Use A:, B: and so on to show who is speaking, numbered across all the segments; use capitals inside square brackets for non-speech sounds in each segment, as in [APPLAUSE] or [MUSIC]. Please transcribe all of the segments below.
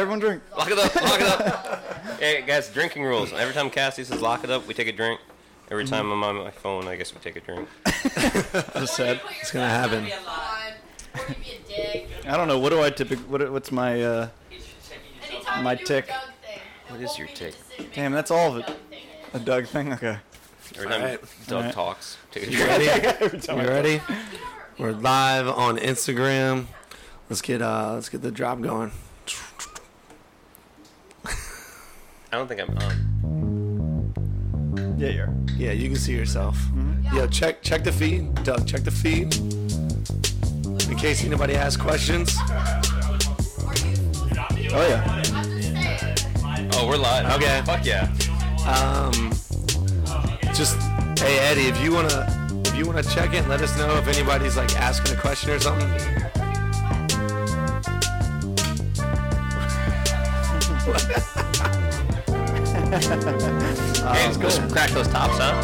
A: Everyone drink.
B: Lock it up. Lock it up. [LAUGHS] hey, guys, drinking rules. Every time Cassie says lock it up, we take a drink. Every
C: Mm.
B: time I'm on my phone, I guess we take a drink.
C: Just said it's gonna happen.
D: Or you be a dick.
A: I don't know. What do I typically? What, what's my? uh
D: Anytime
A: My
D: you do
A: tick.
D: A Doug thing, it
B: What is
D: won't
B: your
D: be the
B: tick?
D: decision-maker,
A: Damn, that's all of
D: it's
A: it.
D: Doug thing
A: A
D: is.
A: Doug thing. Okay.
B: Every time
C: Alright.
B: Doug
A: Alright.
B: talks, take a
C: You
B: drink.
C: ready? You ready? We're live on Instagram. Let's get uh let's get the drop going.
B: I don't think I'm on.
A: Yeah, yeah.
C: Yeah, you can see yourself. Yo, check check the feed, Doug. Check the feed. In case anybody has questions.
A: Oh yeah.
D: I'm just saying.
B: Oh, we're live.
C: Okay.
B: Fuck yeah.
C: Um, just hey Eddie, if you wanna if you wanna check it, let us know if anybody's like asking a question or something. Uh,
B: hey, let's crack those tops, huh?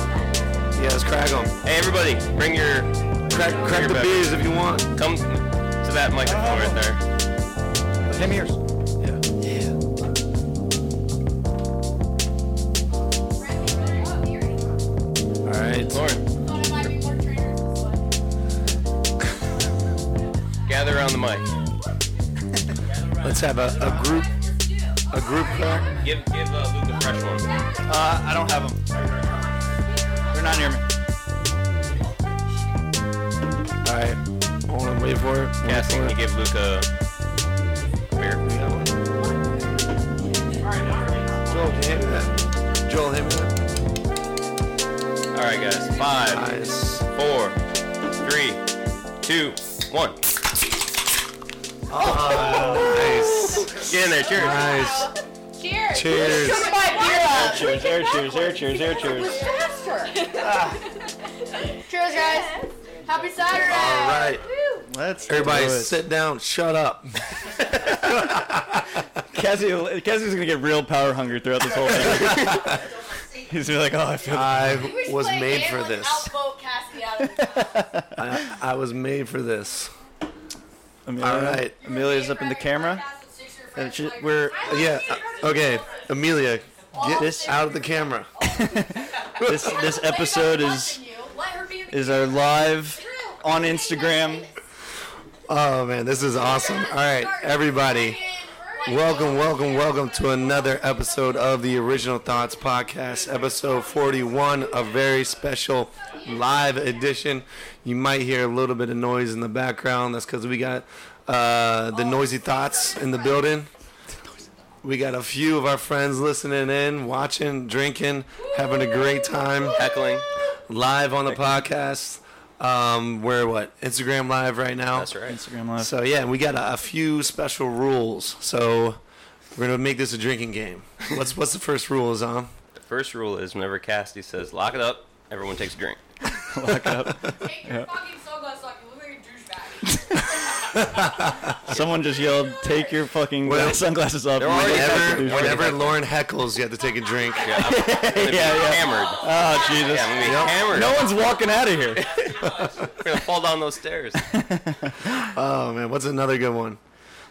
C: Yeah, let's crack 'em.
B: Hey, everybody, bring your
C: Crack, crack
B: You're
C: the
B: back.
C: beers if you want.
B: come to that microphone right there.
A: Ten years.
C: Yeah. Yeah.
D: Oh,
C: All right.
B: Lauren,
D: Thought it might be more trainers this way.
B: gather around the mic.
C: Let's have a, a group a group crack.
B: Give give uh, Luke a fresh one.
A: Uh, I don't have them. They're not near me.
C: All right. Hold on, wait for it. Wait
B: Cassie,
C: for
B: can
C: it.
B: you give Luke a beer?
C: We got one. Joel, can you hit me that? Joel, hit me that.
B: All right, guys. Five,
C: Nice.
B: four, three, two, one.
C: Nice.
B: Get in there. Cheers.
C: Nice.
D: Cheers.
C: Cheers.
D: Took my beer
A: Cheers. Air cheers. Air cheers. Air cheers.
D: [LAUGHS]
A: Ah.
D: up. Cheers, guys. Happy Saturday.
C: All right.
A: Let's.
C: Everybody
A: do it.
C: sit down. Shut up.
A: Cassie, Cassie's gonna get real power hungry throughout this whole
C: [LAUGHS]
A: thing. He's gonna be like, oh, [LAUGHS] I feel.
D: We
C: I
D: should
C: was
D: play a
C: made
D: game
C: for
D: with
C: this.
D: Outvote Cassie out of the
C: I, I was made for this.
A: [LAUGHS] Amelia,
C: All right.
A: Amelia's up in the camera. And she, we're.
C: Yeah. uh, Okay. Amelia, get
A: This-
C: out of the camera.
A: This this episode is is our live on Instagram.
C: Oh man, this is awesome. All right, everybody. Welcome, welcome, welcome to another [LAUGHS] episode of the Original Thoughts Podcast, episode 41, a very special live edition. You might hear a little bit of noise in the background. That's because we got uh, the noisy thoughts in the building. We got a few of our friends listening in, watching, drinking, having a great time
B: Heckling.
C: live on the podcast. Um, we're what? Instagram live right now.
B: That's right.
A: Instagram live.
C: So yeah, we got a, a few special rules. So we're gonna make this a drinking game. What's what's the first rule, Zom?
B: The first rule is whenever Cassie says lock it up, everyone takes
A: [LAUGHS]
B: a drink.
A: Lock it up.
D: Take your fucking sunglasses off. You look like a douchebag.
A: Someone just yelled, "Take your fucking
C: Well,
A: sunglasses off."
B: they're
A: and
B: already
A: make us
C: Whenever
A: do
C: whenever Lauren heckles, you have to take a drink.
B: Yeah, I'm gonna be
A: Yeah, yeah.
B: hammered.
A: Oh
B: Yeah,
A: Jesus!
B: I'm gonna be
C: Yep.
B: hammered.
A: No one's walking out of here.
B: We're gonna fall down
A: [LAUGHS]
B: those stairs.
C: Oh man, what's another good one?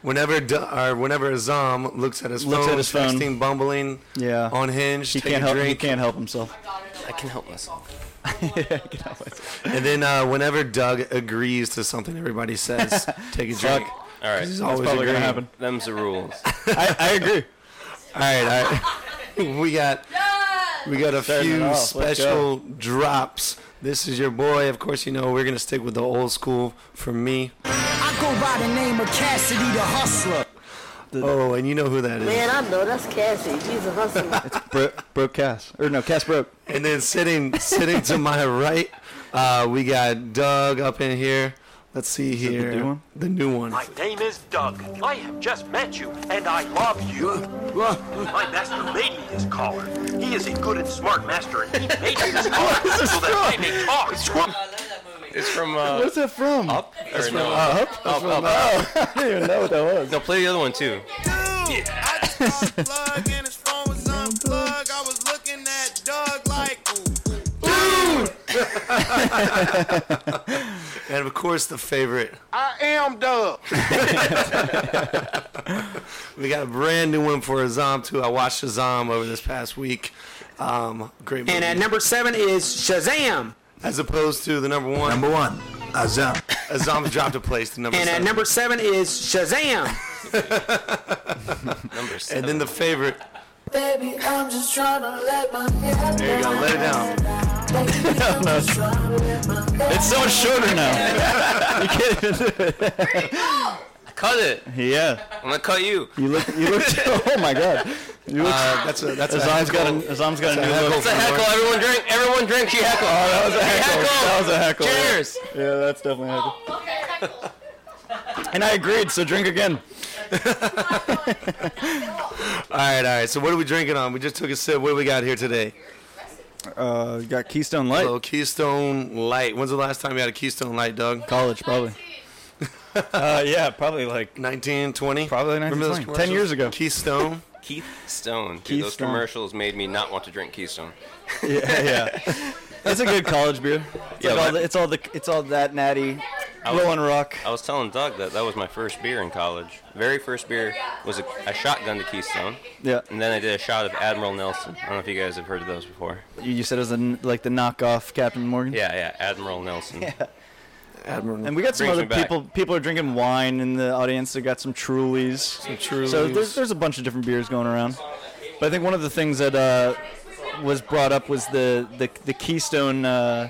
C: Whenever D- or whenever Zom looks at his
A: Looks
C: phone,
A: at his phone.
C: texting, bumbling,
A: Yeah.
C: on hinge,
A: He
C: take
A: can't
C: a
A: help. He
C: drink,
A: can't help himself.
B: I can help myself.
D: [LAUGHS]
C: and then uh, whenever Doug agrees to something
A: [LAUGHS]
C: everybody says, take a drink.
B: All right.
C: He's
B: That's
C: always
A: Probably gonna
C: agreeing.
A: happen.
B: Them's the rules.
A: I, I agree.
C: All right, all right. [LAUGHS] we got we got a
A: Starting it
C: few
A: off. Let's
C: special drops. This is your boy. Of course, you know we're gonna stick with the old school for me.
E: I go by the name of Cassidy the Hustler.
C: Oh, and you know who that is.
F: Man, I know that's Cassie. She's a hustler.
A: Bro, broke Cass or no? Cass broke.
C: And then sitting sitting to my right, uh, we got Doug up in here. Let's see
A: the
C: here.
A: new one?
C: The new one.
G: My name is Doug. I have just met you, and I love you. My master made me this collar. He is a good and smart master, and he made me this collar so that I may talk.
B: It's from uh,
A: What's that from?
B: up or no?
A: Up.
B: Up, up.
A: Oh, [LAUGHS] I didn't even know what that was.
B: No, play the other one too.
H: I just called plug and his phone was unplugged. I was looking at Doug like,
C: And of course, the favorite.
H: I am Doug.
C: We got a brand new one for Azam too. I watched Azam over this past week. Um, great movie.
I: And at number seven is Shazam.
C: As opposed to the number one,
E: Number one, Azam.
C: Azam dropped a place to number
I: And at
C: seven.
I: number seven is Shazam.
B: Number seven.
C: and then the favorite.
J: [LAUGHS] Baby, I'm just trying to let my hair
C: There you go. Let it down.
A: It's so much shorter now. you can't even do it.
B: cut it.
A: Yeah.
B: I'm gonna cut you.
A: You look. You look. [LAUGHS] Oh my god. You look.
C: Uh, that's a that's a
A: Azam's got a.
C: heckle.
A: Azam's got a
C: That's a
A: new
C: heckle
A: look.
B: It's a heckle. Everyone drink. Everyone drink. You heckle.
A: Oh, that was a heckle. That was a heckle.
B: Cheers.
A: Yeah, that's definitely a heckle.
D: Oh, okay. heckle.
A: And I agreed. So drink again.
D: [LAUGHS]
C: All right, all right. So what are we drinking on? We just took a sip. What do we got here today?
A: Uh, you got Keystone Light.
C: So Keystone Light. When's the last time you had a Keystone Light, Doug?
A: College probably. Uh, yeah, probably like
C: 19, 20?
A: Probably
C: Remember those
A: 19, 20. 10 years ago.
C: commercials? Keystone.
B: Keith Stone. Dude, those
A: Keystone.
B: commercials made me not want to drink Keystone.
A: yeah, yeah. [LAUGHS] It's a good college beer. It's,
B: Yeah,
A: like all
B: but-
A: the, it's all the it's all that natty, low on rock.
B: I was telling Doug that that was my first beer in college. Very first beer was a, a shotgun to Keystone,
A: Yeah,
B: and then I did a shot of Admiral Nelson. I don't know if you guys have heard of those before.
A: you, you said it was a n like the knockoff Captain Morgan.
B: Yeah, yeah, Admiral Nelson.
C: Admiral.
A: And we got some
B: Brings
A: other
B: me back.
A: people. People are drinking wine in the audience. They got some Trulies. Some
C: Trulies.
A: So there's there's a bunch of different beers going around. But I think one of the things that uh, was brought up was the the, the Keystone uh,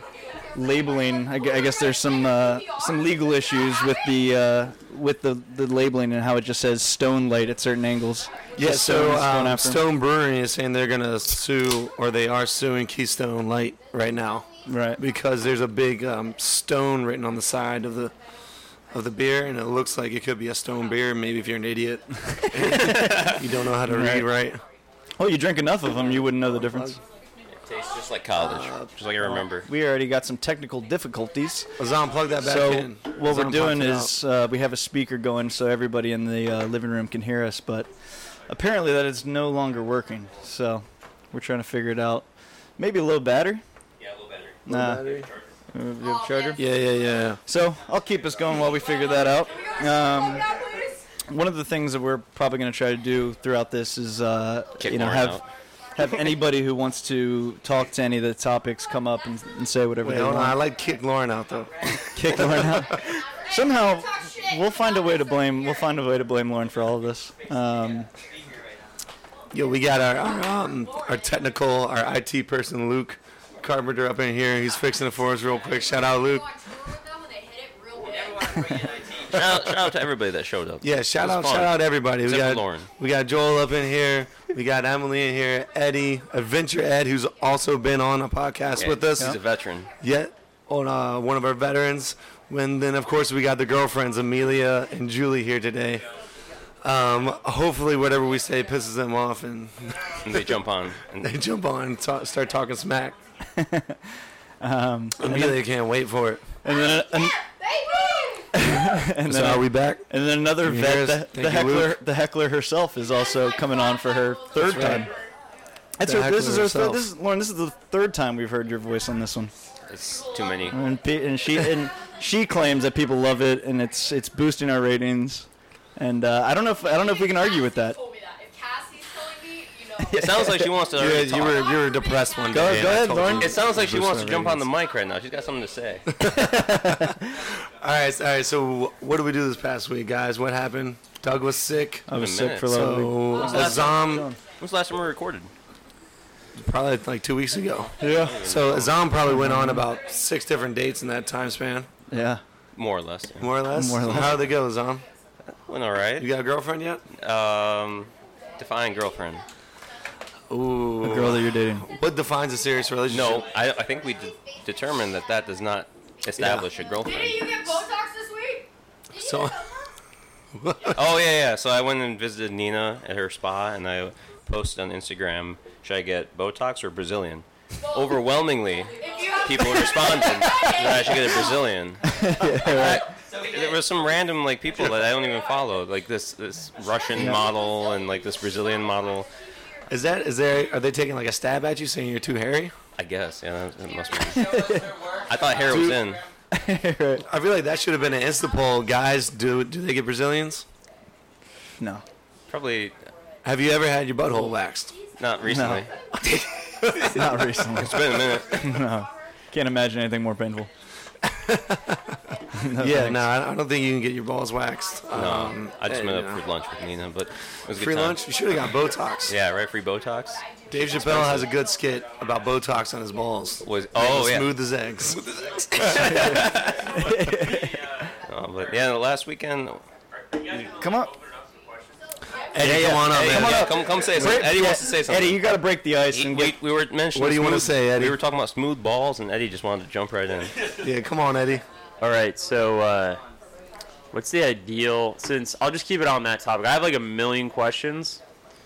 A: labeling. I, gue- I guess there's some uh, some legal issues with the uh, with the, the labeling and how it just says Stone Light at certain angles.
C: Yeah,
A: Just Stone
C: so
A: is going
C: um,
A: after 'em.
C: Stone Brewery is saying they're going to sue, or they are suing Keystone Light right now
A: right.
C: because there's a big um, stone written on the side of the of the beer, and it looks like it could be a stone beer. Maybe if you're an idiot, [LAUGHS] you don't know how to read right.
A: Oh, you drink enough of them, you wouldn't know the difference.
B: Tastes just like college,
C: Uh,
B: just like I remember.
A: We already got some technical difficulties.
C: Azam, plug that back
A: so
C: in.
A: what we're
C: Azam,
A: doing
C: plug it
A: is uh, we have a speaker going so everybody in the uh, living room can hear us but apparently that is no longer working so we're trying to figure it out maybe a low battery
B: Yeah, a little better.
A: nah Uh, you have a charger
C: out. yeah, yeah, yeah.
A: so i'll keep us going while we figure that out um, one of the things that we're probably going to try to do throughout this is uh,
B: Kick
A: you know
B: Lauren
A: have
B: out.
A: have anybody who wants to talk to any of the topics come up and, and say whatever
C: Wait,
A: they
C: hold on.
A: want
C: I like kick Lauren out though.
A: kick Lauren out. Somehow, we'll find a way to blame. We'll find a way to blame Lauren for all of this. Um,
C: Yo, we got our our, um, our technical, our IT person, Luke Carpenter, up in here. He's fixing it for us real quick. Shout out, Luke.
D: Watch, remember when they hit it real big? [LAUGHS]
B: Shout out, shout out to everybody that showed up.
C: Yeah, shout
B: It was
C: out,
B: fun.
C: shout out everybody. we
B: Except
C: got
B: for Lauren.
C: we got Joel up in here. We got Emily in here. Eddie, Adventure Ed, who's also been on a podcast
B: Yeah,
C: with us.
B: He's a veteran.
C: Yet on uh, one of our veterans. When then, of course, we got the girlfriends Amelia and Julie here today. Um, hopefully, whatever we say pisses them off and [LAUGHS]
B: And they jump on. And
C: they jump on and ta- start
B: [LAUGHS]
C: talking smack.
B: Um,
C: Amelia can't wait for it.
A: and then, and, and
C: So are
A: then,
C: we back?
A: and then another
C: you hear us?
A: vet, the,
C: Thank you,
A: the heckler,
C: Luke.
A: the heckler herself, is also coming on for her third time. That's
C: The
A: her, this
C: heckler
A: is her. Third,
C: herself.
A: this is Lauren. This is the third time we've heard your voice on this one,
B: it's too
C: [LAUGHS]
B: many.
A: and, pe- and she and she claims that people love it, and it's it's boosting our ratings. And uh, I don't know if I don't know if we can argue with that.
D: Told me that. If Cassie's telling me, you know.
B: It sounds like she wants to.
C: You were,
B: already
C: you
B: talk.
C: were you were depressed one
A: Go-
C: day.
A: go
C: and I
A: ahead,
C: told
A: Lauren.
C: you.
B: It sounds like she
C: Bruce
B: wants to
C: Wayne
B: jump on the
C: ratings.
B: mic right now. She's got something to say.
C: All right, all right. So what did we do this past week, guys? What happened? Doug was sick.
A: I was
B: a
A: sick
B: minute.
A: for a little bit.
C: So
B: Oh,
C: Azam
B: When's the last time we recorded?
C: probably like two weeks ago.
A: Yeah,
C: So Azam probably went on about six different dates in that time span,
A: yeah.
B: More or less. yeah.
C: more or less.
A: More or less.
C: How did they go, Azam?
B: Went all
C: You
B: right.
C: got a girlfriend yet?
B: Um, define girlfriend.
C: Ooh.
A: Girl that you're dating.
C: What defines a serious relationship?
B: No, I, I think we de- determined that that does not establish a girlfriend.
D: Didn't you get Botox this week?
C: So
B: Oh yeah, yeah. So I went and visited Nina at her spa, and I posted on Instagram: Should I get Botox or Brazilian? Overwhelmingly,
D: If you have
B: people
D: [LAUGHS]
B: responded that I should get a Brazilian. I- there was some random like people that I don't even follow, like this this Russian model and like this Brazilian model.
C: is that is there? Are they taking like a stab at you, saying you're too hairy?
B: I guess, yeah, that, that must be.
D: [LAUGHS]
B: I thought hair was in.
C: I feel like that should have been an Insta poll, guys. Do do they get Brazilians?
A: No.
B: Probably
C: Have you ever had your butthole waxed?
B: not recently.
A: Not recently.
B: It's been a minute.
A: no. Can't imagine anything more painful. No,
C: yeah,
A: thanks.
C: no, I I don't think you can get your balls waxed.
B: No,
C: Um,
B: I just
C: eh,
B: met
C: you
B: up
C: know.
B: for lunch with Nina, but it was a good
C: Free
B: time.
C: lunch? You should have got Botox.
B: Yeah, right. Free Botox.
C: Dave Chappelle has a good skit about Botox on his balls.
B: Was oh
C: Like,
B: yeah.
C: Smooth as eggs.
B: Oh, but yeah, the last weekend.
A: Come up.
C: Eddie, come on up,
B: Hey,
C: man.
B: yeah, come come say something. Eddie wants to say something.
A: Eddie, you got to break the ice
B: He-
A: and
B: we,
A: get.
B: we were mentioning.
C: What do you wanna
B: smooth-
C: say, Eddie?
B: We were talking about smooth balls, and Eddie just wanted to jump right
C: [LAUGHS]
B: in.
C: Yeah, come on, Eddie.
K: All right, so uh, what's the ideal? Since I'll just keep it on that topic. I have like a million questions,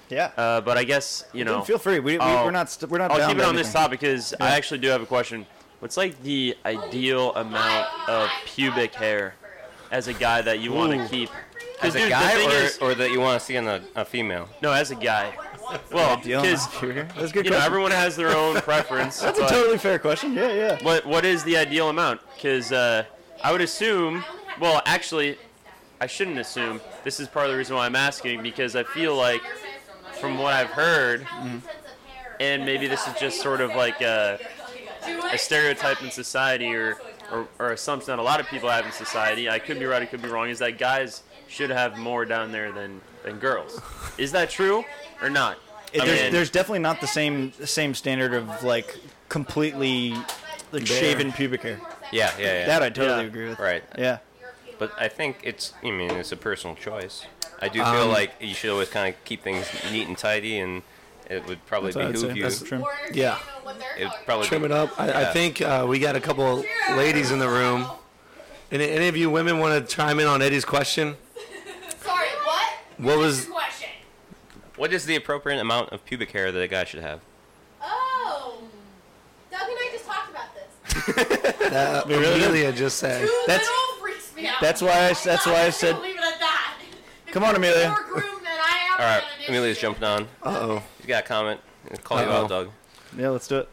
A: Yeah.
K: uh, but I guess you know.
A: Then feel free. We, we,
K: I'll-
A: we're not. St- we're not.
K: I'll
A: bound
K: keep it
A: by
K: on this
A: anything.
K: topic because I actually do have a question. What's like the ideal amount of pubic hair as a guy that you want to keep?
B: As
K: 'Cause,
B: a
K: dude, the
B: guy,
K: thing
B: or,
K: is-
B: or that you want to see in a, a female?
K: no, as a guy. Well,
A: Deal
K: because
A: on computer. [LAUGHS] That's a good
K: you know
A: question.
K: everyone has their own
A: [LAUGHS]
K: preference.
A: That's a
K: but-
A: totally fair question. Yeah, yeah.
K: What what is the ideal amount? Because uh, I would assume. Well, actually, I shouldn't assume. This is part of the reason why I'm asking because I feel like, from what I've heard, and maybe this is just sort of like a, a stereotype in society or, or or assumption that a lot of people have in society. I could be right. I could be wrong. Is that guys should have more down there than than girls? Is that true or not?
A: It-
K: I
A: there's,
K: mean-
A: there's definitely not the same same standard of like completely like shaven pubic hair.
B: Yeah, yeah, yeah.
A: That I totally
K: Yeah.
A: agree with.
B: Right.
A: Yeah.
B: But I think it's, I mean, it's a personal choice. I do feel
C: Um,
B: like you should always kind of keep things neat and tidy, and it would probably
A: That's what I'd say.
B: behoove you.
A: That's true.
C: Yeah.
B: It would probably
C: Trim it up. I, I
B: Yeah.
C: think uh, we got a couple ladies in the room. Any, any of you women want to chime in on Eddie's question?
D: Sorry, what?
C: What was
D: Question.
B: What is the appropriate amount of pubic hair that a guy should have?
D: Oh. Doug and I just talked about
A: [LAUGHS]
D: this.
C: that Uh, Amelia just said?
D: Uh, Two
A: That's-
D: little freaks me out.
A: that's why I s- that's why I
D: I'm just
A: said-
D: gonna leave it at that.
A: Come on,
D: Because
A: Amelia.
D: you're a groom and I am
B: All right,
D: an
B: Amelia's
D: initiate.
B: jumping on.
C: Uh oh.
B: She's got a comment. I'll Call you
C: Uh-oh.
B: out, Doug.
A: Yeah. Let's do it.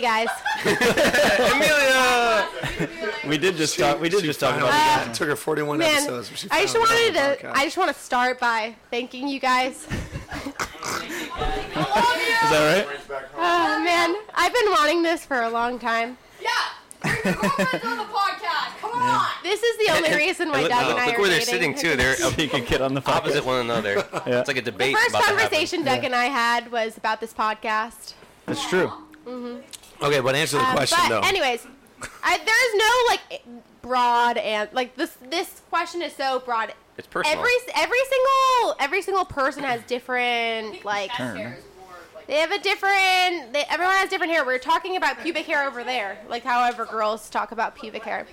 B: [LAUGHS]
L: guys,
A: We did just talk. Uh, We did just talk about.
L: finally-
C: It took her 41
L: man,
C: episodes. but she
L: I just
C: finally
L: wanted
C: got on the
L: to. I
C: podcast.
L: just want to start by thanking you guys.
A: Is that right? [LAUGHS]
L: Oh man, I've been wanting this for a long time.
D: Yeah. Bring your girlfriends on the podcast. Come on.
L: This is the only reason why
B: look,
L: Doug and
B: look
L: I are
B: where they're sitting
L: dating.
B: too.
L: [LAUGHS]
B: They're
A: So you can get on the
B: opposite
A: podcast.
B: one another.
A: Yeah.
B: It's like a
L: The
B: debate.
L: first
B: about to happen.
L: conversation Doug and I had was about this podcast.
A: That's true.
C: Okay, but answer the
L: Um,
C: question
L: but
C: though.
L: anyways, I, there is no like broad and like this. This question is so broad.
B: It's personal.
L: Every every single every single person has different like
A: Turn.
L: They have a different. They, everyone has different hair. We are talking about pubic hair over there, like however girls talk about pubic hair.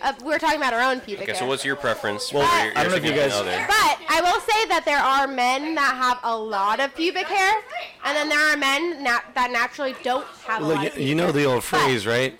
L: Uh, we we're talking about our own pubic
B: Okay,
L: hair.
B: so what's your preference?
A: Well,
B: for
A: I
B: your,
A: don't know if you
B: significant
A: guys-
B: other?
L: but I will say that there are men that have a lot of pubic hair, and then there are men nat- that naturally don't have a lot.
C: Look,
L: Of
C: you,
L: pubic
C: you know
L: hair.
C: the old phrase, right?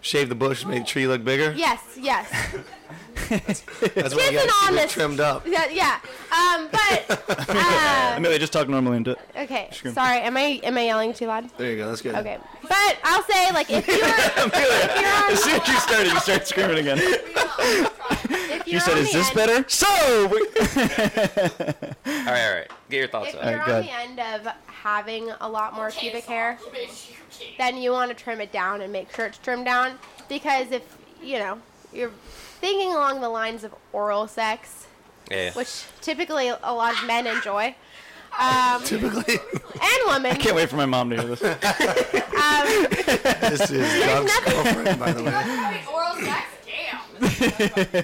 C: Shave the bush, make the tree look bigger.
L: Yes, yes, [LAUGHS]
C: That's why you
L: Tiffin
C: got to keep it
L: honest.
C: trimmed up.
L: yeah, yeah. Um,
C: [LAUGHS]
L: but uh,
A: Amelia, just talk normally into it.
L: okay.
A: Screw.
L: Sorry, am I am I yelling too loud?
C: There you go. That's good.
L: Okay, but I'll say
C: [LAUGHS]
L: like if you're if you're on,
A: As soon as you started, you started screaming again.
L: if
A: You
L: you're
A: said,
L: on
A: "Is
L: the
A: this
L: end-
A: better?" So. We-
B: All right, all right. Get your thoughts
L: If
B: out.
L: you're
A: go
L: on the end of having a lot more pubic hair, then you want to trim it down and make sure it's trimmed down because if you know you're thinking along the lines of oral sex,
B: Yeah.
L: which typically a lot of men enjoy, um,
C: Typically, [LAUGHS]
L: and women,
A: Can't wait for my mom to hear this.
C: this is Doug's girlfriend, by the way.
D: Wait, oral sex? Damn.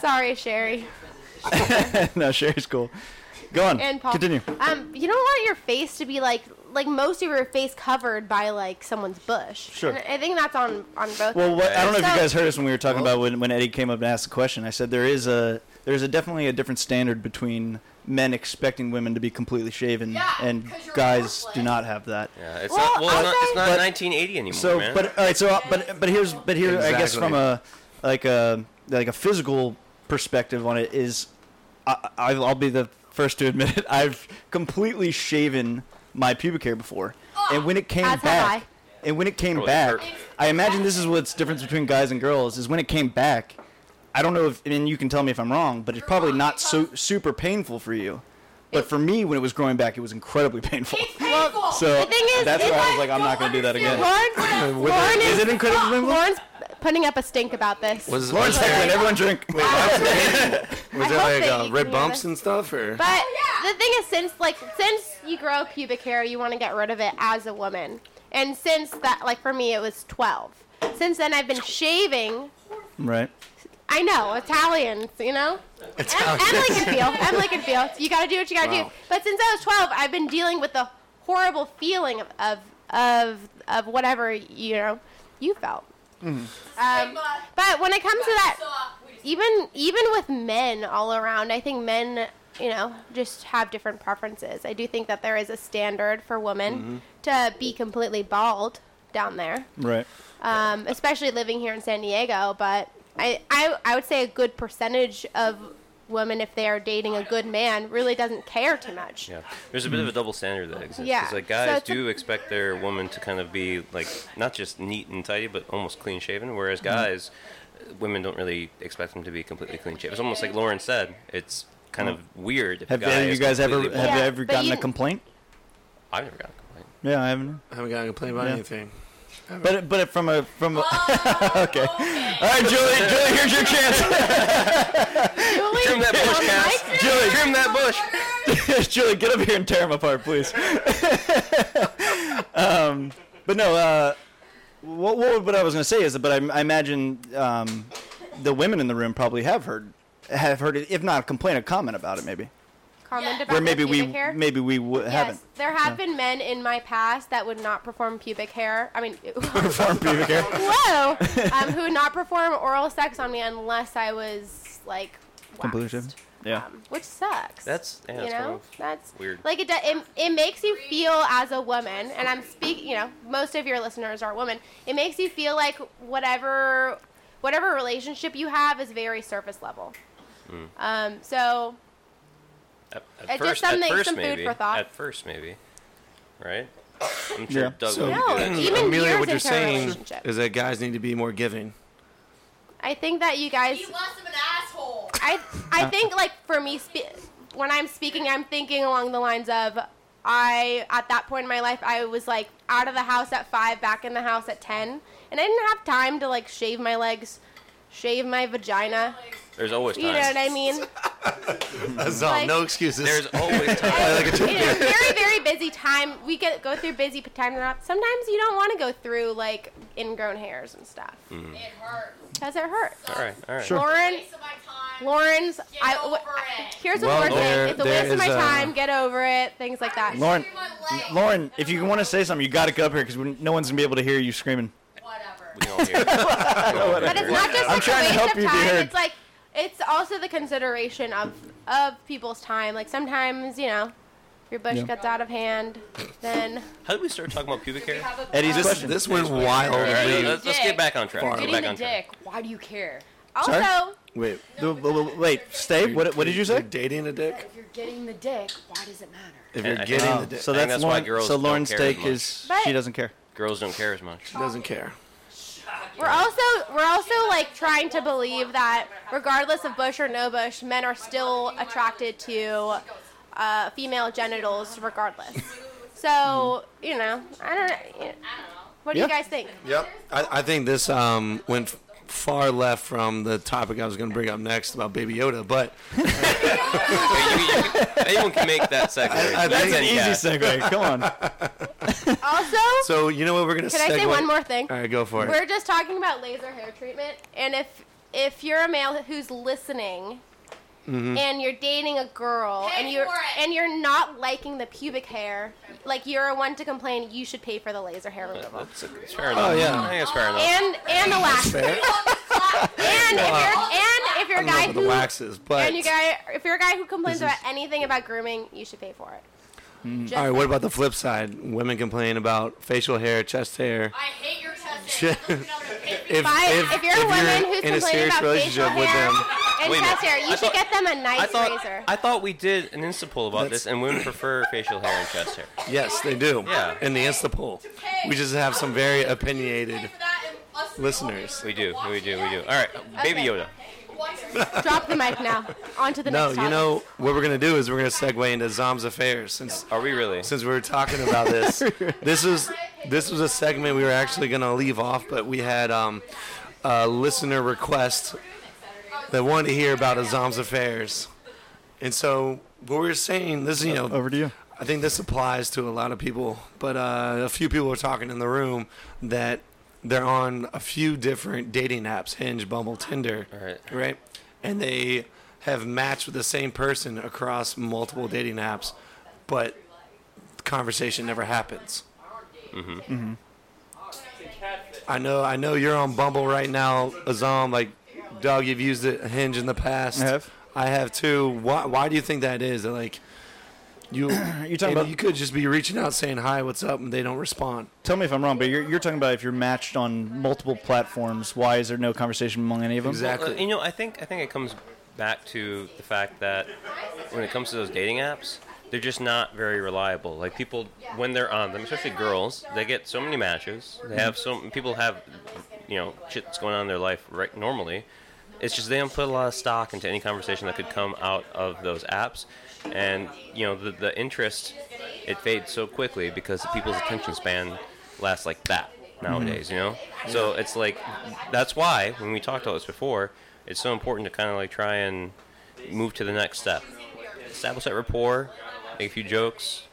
L: sorry Sherry
A: [LAUGHS] no, Sherry's cool. Go on.
L: and Paul,
A: Continue.
L: Um, you don't want your face to be like like most of your face covered by like someone's bush.
A: Sure.
L: And I think that's on on both.
A: Well, what, I don't know if you
L: So-
A: guys heard us when we were talking about when, when Eddie came up and asked the question. I said there is a there's a definitely a different standard between men expecting women to be completely shaven
D: Yeah,
A: and
D: 'cause you're
A: guys
D: worthless.
A: do not have that.
B: Yeah, it's
L: Well,
B: not. Well, it's
L: I'll
B: not, it's
L: say-
B: not
A: But-
B: 1980 anymore,
A: So,
B: man.
A: but all right. So, uh, but but here's but here I guess
C: Exactly.
A: from a like a like a physical perspective on it is, I, I- I'll be the first to admit it. I've completely shaven my pubic hair before, and when it came
L: As have
A: back, and when it came
B: Probably
A: back,
B: hurt.
A: I imagine this is what's difference between guys and girls is when it came back. I don't know if, and you can tell me if I'm wrong, but it's probably not so super painful for you. But for me, when it was growing back, it was incredibly painful.
L: Well,
A: So
L: the thing is,
A: that's
L: if
A: why I
L: I
A: was like, I'm not going to do that again.
L: Lauren,
A: [LAUGHS] With
L: Lauren
A: it- is it incredibly painful?
L: Lauren's putting up a stink about this.
C: [LAUGHS] Was
A: Lauren's
C: was there,
A: heckling, everyone drink.
L: [LAUGHS]
C: was there
L: hope
C: like
L: that
C: uh,
L: you
C: red
L: can hear
C: bumps
L: this.
C: and stuff, or
L: But the thing is, since like since you grow pubic hair, you want to get rid of it as a woman. And since that, like for me, it was 12. Since then, I've been shaving.
A: Right.
L: I know Italians, you know.
C: Oh,
L: Em- Emily can feel. Emily can feel. You got to do what you got to
M: Wow.
L: do. But since I was 12, I've been dealing with the horrible feeling of of of, of whatever you know you felt. Um, but when it comes to
D: uh,
L: that, even even with men all around, I think men, you know, just have different preferences. I do think that there is a standard for women to be completely bald down there,
A: Right.
L: um, especially living here in San Diego. But I, I I would say a good percentage of women, if they are dating a good man, really doesn't care too much.
B: Yeah, there's a bit of a double standard that exists.
L: Yeah,
B: It's like
L: so
B: guys
L: it's a-
B: do expect their woman to kind of be like not just neat and tidy, but almost clean shaven. Whereas
L: Mm-hmm.
B: guys, uh, women don't really expect them to be completely clean shaven. It's almost like Lauren said. It's kind of weird. If
A: Have
B: a guy
A: you
B: is
A: guys ever have
B: completely
A: you
B: bald.
A: ever
L: but
A: gotten
L: you-
A: a complaint?
B: I've never gotten a complaint.
A: Yeah, I haven't.
C: I haven't gotten a complaint about anything.
A: But but from a from a [LAUGHS] okay. All right, Julie. [LAUGHS] Julie, here's your chance. [LAUGHS]
B: Trim that bush, Cass.
A: Julie,
B: Trim that bush.
A: Julie, [LAUGHS] get up here and tear him apart, please. [LAUGHS] um, but no, uh, what, what, what I was going to say is, but I, I imagine um, the women in the room probably have heard have heard it, if not a complaint, a comment about it, maybe.
L: Comment about
A: Where
L: the
A: maybe we
L: pubic hair.
A: maybe we w- haven't. [LAUGHS]
L: Yes, there have been men in my past that would not perform pubic hair. I mean, [LAUGHS]
A: Perform pubic hair.
L: whoa, um, who would not perform oral sex on me unless I was like, Um,
A: Completion. Yeah.
L: which sucks.
B: That's yeah,
L: you
B: it's kind
L: know,
B: of
L: that's
B: weird.
L: like it, do, it. It makes you feel as a woman, and I'm speaking. You know, most of your listeners are women. It makes you feel like whatever, whatever relationship you have is very surface level.
B: Mm.
L: Um, so
B: At, at
L: It's just
B: first,
L: something-
B: at first
L: some food
B: maybe.
L: for thought.
B: At first, maybe. Right? I'm sure
C: Yeah.
B: Doug
C: So-
B: would do
L: No,
B: that.
L: even
C: Amelia,
L: years
C: what you're
L: into a
C: saying
L: relationship.
C: is that guys need to be more giving.
L: I think that you guys. I I think like for me, spe- when I'm speaking, I'm thinking along the lines of I at that point in my life I was like out of the house at five, back in the house at ten, and I didn't have time to like shave my legs, shave my vagina.
B: There's always time.
L: You know what I mean?
C: That's all. No excuses. There's
L: [LAUGHS]
B: always
C: time. like a
L: you know, very very busy time. We get go through busy times. and not- Sometimes you don't want to go through like ingrown hairs and stuff
B: Mhm.
L: because it hurts.
B: All right, all right.
L: Lauren, Lauren's. I, w- here's what
A: Well,
L: Lauren
A: there-
L: said. It's a
A: there
L: waste of my
A: is a-
L: time. Get over it. Things like that.
A: Lauren, Lauren, if you want to say something, you got to get up here because no one's gonna be able to hear you screaming.
B: We can all hear.
L: But it's not just
A: I'm
L: like
A: trying to
L: a waste
A: help
L: of
A: you be
L: time.
A: heard.
L: It's like it's also the consideration of of people's time. Like sometimes you know, your bush
B: Yeah.
L: gets out of hand.
A: [LAUGHS]
L: Then
B: How did we start talking about pubic hair?
A: Eddie's
B: this,
A: question.
B: This went
C: wild.
B: All right,
C: Getting
B: let's,
N: a
B: let's
N: dick.
B: get back on track.
N: You're
B: Get
N: getting
B: back
N: a
B: on track.
N: dick. Why do you care?
L: also
C: Wait.
A: wait. Stay. What, what did you say?
C: Dating a dick.
N: If you're getting the dick, why does it matter?
C: If you're
B: I- I
C: getting
B: think-
C: the dick.
A: Oh, So
B: I think
A: that's
B: why
A: Lauren-
B: girls
A: so
B: don't
A: Lauren's
B: care as
A: take
B: much.
A: is she doesn't care.
B: Girls don't care as much. She
C: doesn't care.
L: We're also we're also like trying to believe that regardless of bush or no bush, men are still attracted to uh, female genitals regardless. So you know, I don't. know. What do you
C: Yeah.
L: guys think?
C: Yep. I, I think this um, went f- far left from the topic I was going to bring up next about Baby Yoda, but
L: [LAUGHS]
B: Anyone can make that segue.
C: I- I
B: That's
C: think-
B: an
C: Easy
B: cat. [LAUGHS]
C: segue, come on.
L: Also,
C: so you know what we're going to
L: Can I say one more thing?
C: All right, go for it.
L: we're just talking about laser hair treatment, and if if you're a male who's listening
C: Mm-hmm.
M: Mhm.
L: and you're dating a girl and you're and you're not liking the pubic hair, like you're a one to complain, you should pay for the laser hair removal.
B: That's, that's
C: Oh,
B: fair enough. I think it's fair enough.
L: And and the wax. and if you're and if you're
C: I don't
L: a
C: know
L: guy
C: about the
L: who
C: waxes, but
L: and you guy if you're a guy who complains
C: This
L: about anything about grooming, you should pay for it.
C: Mm.
L: Just-
C: all right. What about the flip side? Women complain about facial hair, chest hair. I
L: hate your
C: chest hair. if,
L: If, if, you're a woman who's
C: in a
L: complaining
C: serious
L: about facial
C: relationship with
L: hair
C: them,
L: and
B: Wait a
L: chest
B: minute.
L: hair, you
B: I
L: should
B: thought-
L: get them a nice
B: I thought
L: razor.
B: I thought we did an Insta poll about this, and women prefer facial hair and chest hair.
C: yes, they do.
B: Yeah.
C: In the Insta poll, we just have some very opinionated listeners.
B: We do, we do, we do. All right, Baby
L: Okay.
B: Yoda. [LAUGHS]
L: Drop the mic now. On to the
C: no,
L: next
C: you
L: topic.
C: know what we're gonna do is we're gonna segue into Zom's Affairs since
B: are we really
C: since we were talking about
L: [LAUGHS]
C: this. this was this was a segment we were actually gonna leave off, but we had um, a listener request that wanted to hear about a Zom's Affairs, and so what we were saying this you know
A: over to you.
C: I think this applies to a lot of people, but uh, a few people are talking in the room that they're on a few different dating apps Hinge, Bumble, Tinder. Right. And they have matched with the same person across multiple dating apps, but the conversation never happens.
B: Mm-hmm.
C: Mm-hmm. I know I know you're on Bumble right now, Azam. Like, dog, you've used it Hinge in the past.
A: I have.
C: I have too. Why, why do you think that is? That, Like,
A: [CLEARS THROAT]
C: you
A: You're
C: maybe
A: talking about
C: you could just be reaching out saying hi, what's up, and they don't respond.
A: Tell me if I'm wrong, but you're, you're talking about if you're matched on multiple platforms, why is there no conversation among any of them?
B: Well, uh, you know, I think I think it comes back to the fact that when it comes to those dating apps, they're just not very reliable. Like people, when they're on them, especially girls, they get so many matches. They have so people have, you know, shit that's going on in their life right normally. It's just they don't put a lot of stock into any conversation that could come out of those apps, and you know the the interest it fades so quickly because people's attention span lasts like that nowadays, you know? So it's like that's why when we talked about this before, it's so important to kind of like try and move to the next step. Establish that rapport, make a few jokes,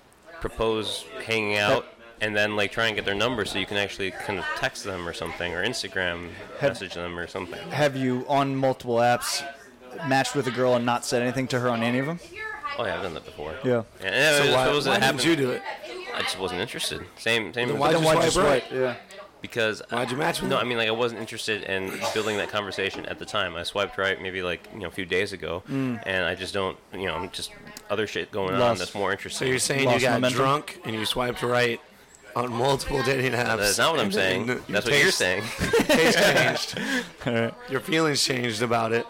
B: propose hanging out, and then like try and get their number so you can actually kind of text them or something or Instagram
A: Have-
B: message them or something.
A: Have you on multiple apps matched with a girl and not said anything to her on any of them?
B: Oh yeah, I've done that before.
A: Yeah.
B: And it
A: So
B: was-
A: why-
B: it was- it
A: why didn't
B: happened-
A: you do it?
B: I just wasn't interested. Same same.
A: Then
B: as
A: why'd
B: the-
A: you Then why'd you swipe right? swipe? Yeah.
B: Because why'd you match with No, I mean like I wasn't interested in building that conversation at the time. I swiped right maybe like you know a few days ago,
C: Mm.
B: and I just don't you know I'm just other shit going on
C: Lost-
B: that's more interesting.
C: So you're saying you got drunk and you swiped right on multiple dating apps.
B: That's not what I'm saying.
C: And your
B: That's what you're
C: taste-
B: saying. [LAUGHS]
C: taste changed. Your feelings changed about it.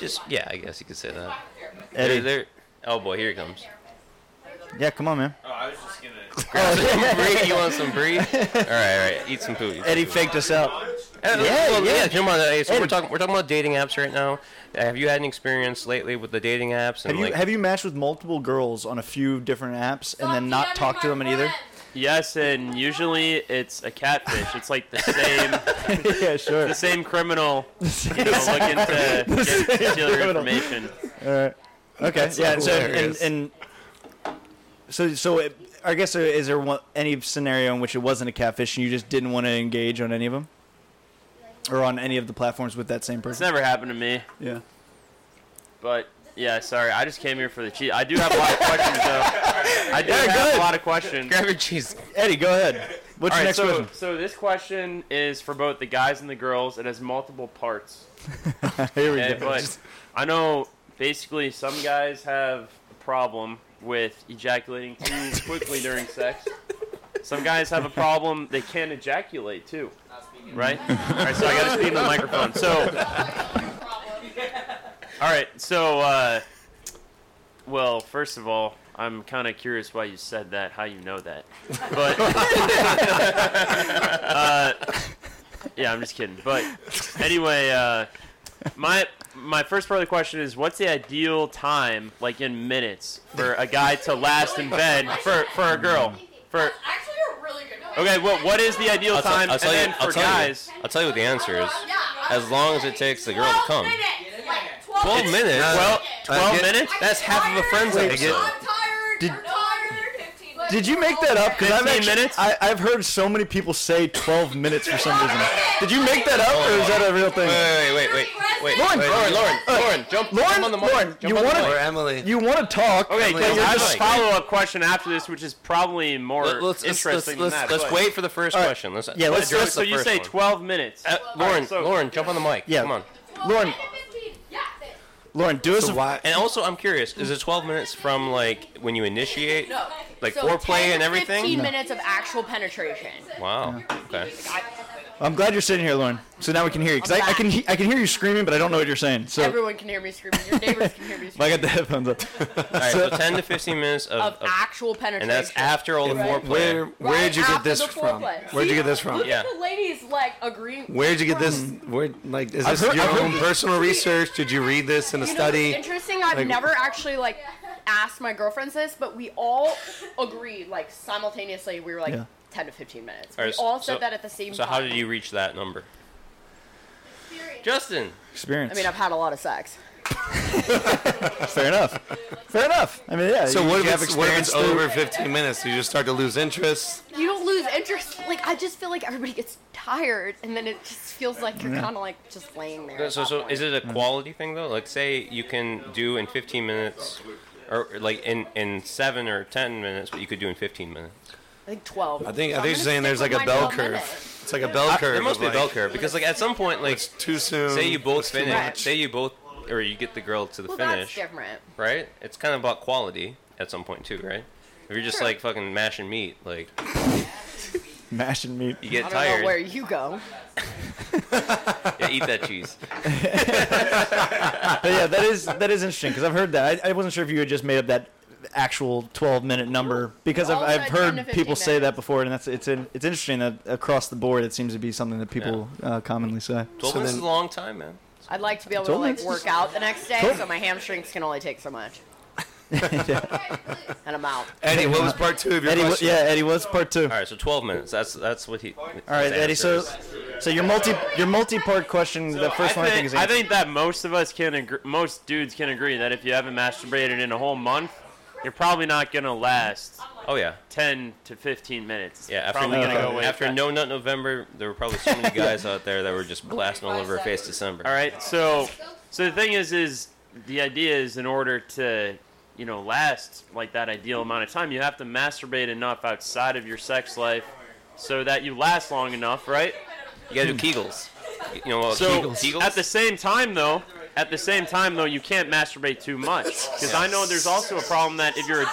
B: Just yeah, I guess you could say that.
A: Eddie.
B: There, there- oh boy, here he comes.
A: Yeah, come on, man.
B: Oh, I was
A: [LAUGHS]
B: just gonna. Grab some brie. You want some brie? All right, all right. Eat some food. eat some
A: Eddie
B: food.
A: faked us out.
B: Uh,
A: Yeah,
B: well,
A: yeah.
B: come on. uh, so we're
A: Eddie.
B: talking. We're talking about dating apps right now. Uh, Have you had any experience lately with the dating apps? And
A: Have you
B: like,
A: have you matched with multiple girls on a few different apps and then not talked to them in either?
K: Yes, and usually it's a catfish. It's like the
A: [LAUGHS]
K: same.
A: yeah, sure.
K: The
A: [LAUGHS]
K: same criminal, you know, looking to
A: The
K: get
A: same
K: particular
A: criminal.
K: information.
A: All right. Okay.
K: That's
A: yeah. So and,
K: hilarious.
A: and so so it, I guess there, is there one, any scenario in which it wasn't a catfish and you just didn't want to engage on any of them, or on any of the platforms with that same
K: It's
A: person?
K: never happened to me.
A: Yeah.
K: But yeah, sorry, I just came here for the cheese. I do have a lot of questions though. I do
A: Yeah,
K: have
A: good.
K: a lot of questions.
B: Grab your cheese.
A: Eddie, go ahead. What's your
K: All right,
A: next
K: so,
A: question?
K: So this question is for both the guys and the girls. It has multiple parts.
A: [LAUGHS] Here we
K: Okay,
A: go.
K: but I know basically some guys have a problem with ejaculating too quickly during sex. Some guys have a problem they can't ejaculate too. Right? Alright, so I gotta speak into the microphone. So Alright, so uh well, first of all, I'm kinda curious why you said that, how you know that. But [LAUGHS] uh, yeah, I'm just kidding. But anyway, uh, my my first part of the question is, what's the ideal time, like in minutes, for a guy to last in bed for for a girl? For
D: Actually, you're really good.
K: okay, well, what is the ideal
B: I'll tell-
K: time?
B: I'll tell
K: and
B: you-
K: then
B: I'll
K: for
B: tell you-
K: guys,
B: I'll tell you what the answer is. As long as it takes the girl to come. Twelve
K: It's-
B: minutes.
K: Well, twelve
B: get-
K: minutes.
B: That's half of a friend's
A: Wait,
B: episode.
A: Did, did you make that up? 'Cause I've
K: 15
A: actually-
K: minutes?
A: I, I've heard so many people say 12 minutes for some reason. Did you make that up, or is that a real thing?
B: Wait, wait, wait, wait.
A: Lauren,
B: wait,
A: Lauren,
B: Lauren,
A: uh,
B: Lauren, jump,
A: Lauren,
B: jump on the mic.
A: Lauren,
B: jump
A: you
B: on the
A: wanna-
B: mic.
A: Or
C: Emily.
A: You want to talk?
K: Okay,
A: but
K: guys,
A: you're
K: I have
A: just-
K: a follow-up question after this, which is probably more
B: Let- let's- let's-
K: interesting
B: let's-
K: than that.
B: let's
K: but-
B: wait for the first All right. question. Let's- Yeah, let's-
K: so,
B: let's-
K: so
B: the
K: you
B: first
K: say
B: one.
K: twelve minutes.
B: Uh,
K: All right,
B: Lauren,
K: so-
B: Lauren, jump on the mic.
K: Yeah.
B: Come on.
A: Lauren, Lauren, do us a
B: And also, I'm curious: is it 12 minutes from like when you initiate,
N: No.
B: like
N: So
B: foreplay
N: 10
B: and
N: to
B: everything?
N: 15 minutes of actual penetration.
B: Wow. Okay.
N: I,
A: I'm glad you're sitting here, Lauren. So now we can hear you. Because I, I can he- I can hear you screaming, but I don't know what you're saying. So
N: Everyone can hear me screaming. Your neighbors can hear me
A: [LAUGHS] I got the headphones up.
N: [LAUGHS]
B: All right, so 10 to 15 minutes of,
N: of,
B: of-
N: actual penetration.
B: and that's after all the
N: Right.
B: foreplay.
C: Where where'd you get
N: after
C: this
N: the
C: from?
N: foreplay.
C: Where'd you get this from?
N: Look at the ladies like agreeing.
C: Where'd you get this? Where like is
A: I've
C: this
A: heard-
C: your
A: I've heard-
C: own personal research? Did you read this in a
N: You know,
C: study?
N: it's interesting. I've
C: Like-
N: never actually like asked my girlfriends this, but we all agreed like simultaneously. We were like
B: Yeah.
N: ten to fifteen minutes.
B: All right,
N: we all
B: so-
N: said that at the same
B: So
N: time.
B: how did you reach that number? Justin.
A: Experience.
N: I mean, I've had a lot of sex.
A: Fair enough. Fair enough. I mean, yeah.
C: So
A: you-
C: what
A: you
C: if,
A: have
C: it's, what if it's
A: experience
C: over 15 minutes? Do you just start to lose interest?
N: You don't lose interest. Like I just feel like everybody gets tired, and then it just feels like you're
B: Yeah.
N: kind of like just laying there.
B: No, So, so is it a quality thing though? Like, say you can do in 15 minutes, or like in in seven or 10 minutes, but you could do in 15 minutes.
N: I think twelve. So
C: I think I
N: I'm
C: think
N: gonna
C: you're saying
N: stick
C: there's
N: with
C: like
N: my
C: a bell
N: 12
C: curve.
N: minutes.
C: It's like a bell
B: I-
C: curve.
B: Uh, There must
C: of
B: be a
C: like-
B: bell curve because, like, at some point, like
C: too soon.
B: Say you both
C: too
B: finish.
C: much.
B: Say you both, or you get the girl to the
N: Well, that's
B: finish.
N: different.
B: Right? It's kind of about quality at some point too, right? If you're just
N: Sure.
B: like fucking mashing meat, like
A: Mashing meat.
B: you get
N: I don't
B: tired.
N: know where you go.
B: yeah,
N: [LAUGHS]
B: eat that cheese.
A: But yeah, that is that is interesting because I've heard that. I, I wasn't sure if you had just made up that actual 12 minute number because I've,
N: All
A: I've
N: said 10 to
A: heard
N: 15
A: people say that before, and that's it's in, it's interesting that across the board it seems to be something that people uh, commonly say. [LAUGHS]
B: 12 minutes is a long time, man.
N: I'd like to be able to
A: Told me
N: like
A: it's
N: work
A: just-
N: out the next day,
A: Told-
N: so my hamstrings can only take so much. And I'm out.
C: Eddie, what was part two of your
A: Eddie, wha-
C: question?
A: yeah, Eddie, what's part two? All
B: right, so 12 minutes. That's that's what he. All
A: All right, Eddie. So, so your multi your multi part question. the first one I think is
K: I
A: answered.
K: think that most of us can agree, most dudes can agree that if you haven't masturbated in a whole month, you're probably not gonna last.
B: Oh yeah.
K: 10 to 15 minutes.
B: Yeah, after,
K: probably gonna go way
B: after
K: fast.
B: No Nut November, there were probably so many guys out there that were just blasting all over our face December.
K: All right. So, so the thing is, is the idea is in order to, you know, last like that ideal amount of time, you have to masturbate enough outside of your sex life, so that you last long enough, right?
B: You gotta do Kegels. You know, well,
K: so
B: Kegels- Kegels?
K: at the same time though, at the same time though, you can't masturbate too much because I know there's also a problem that if you're,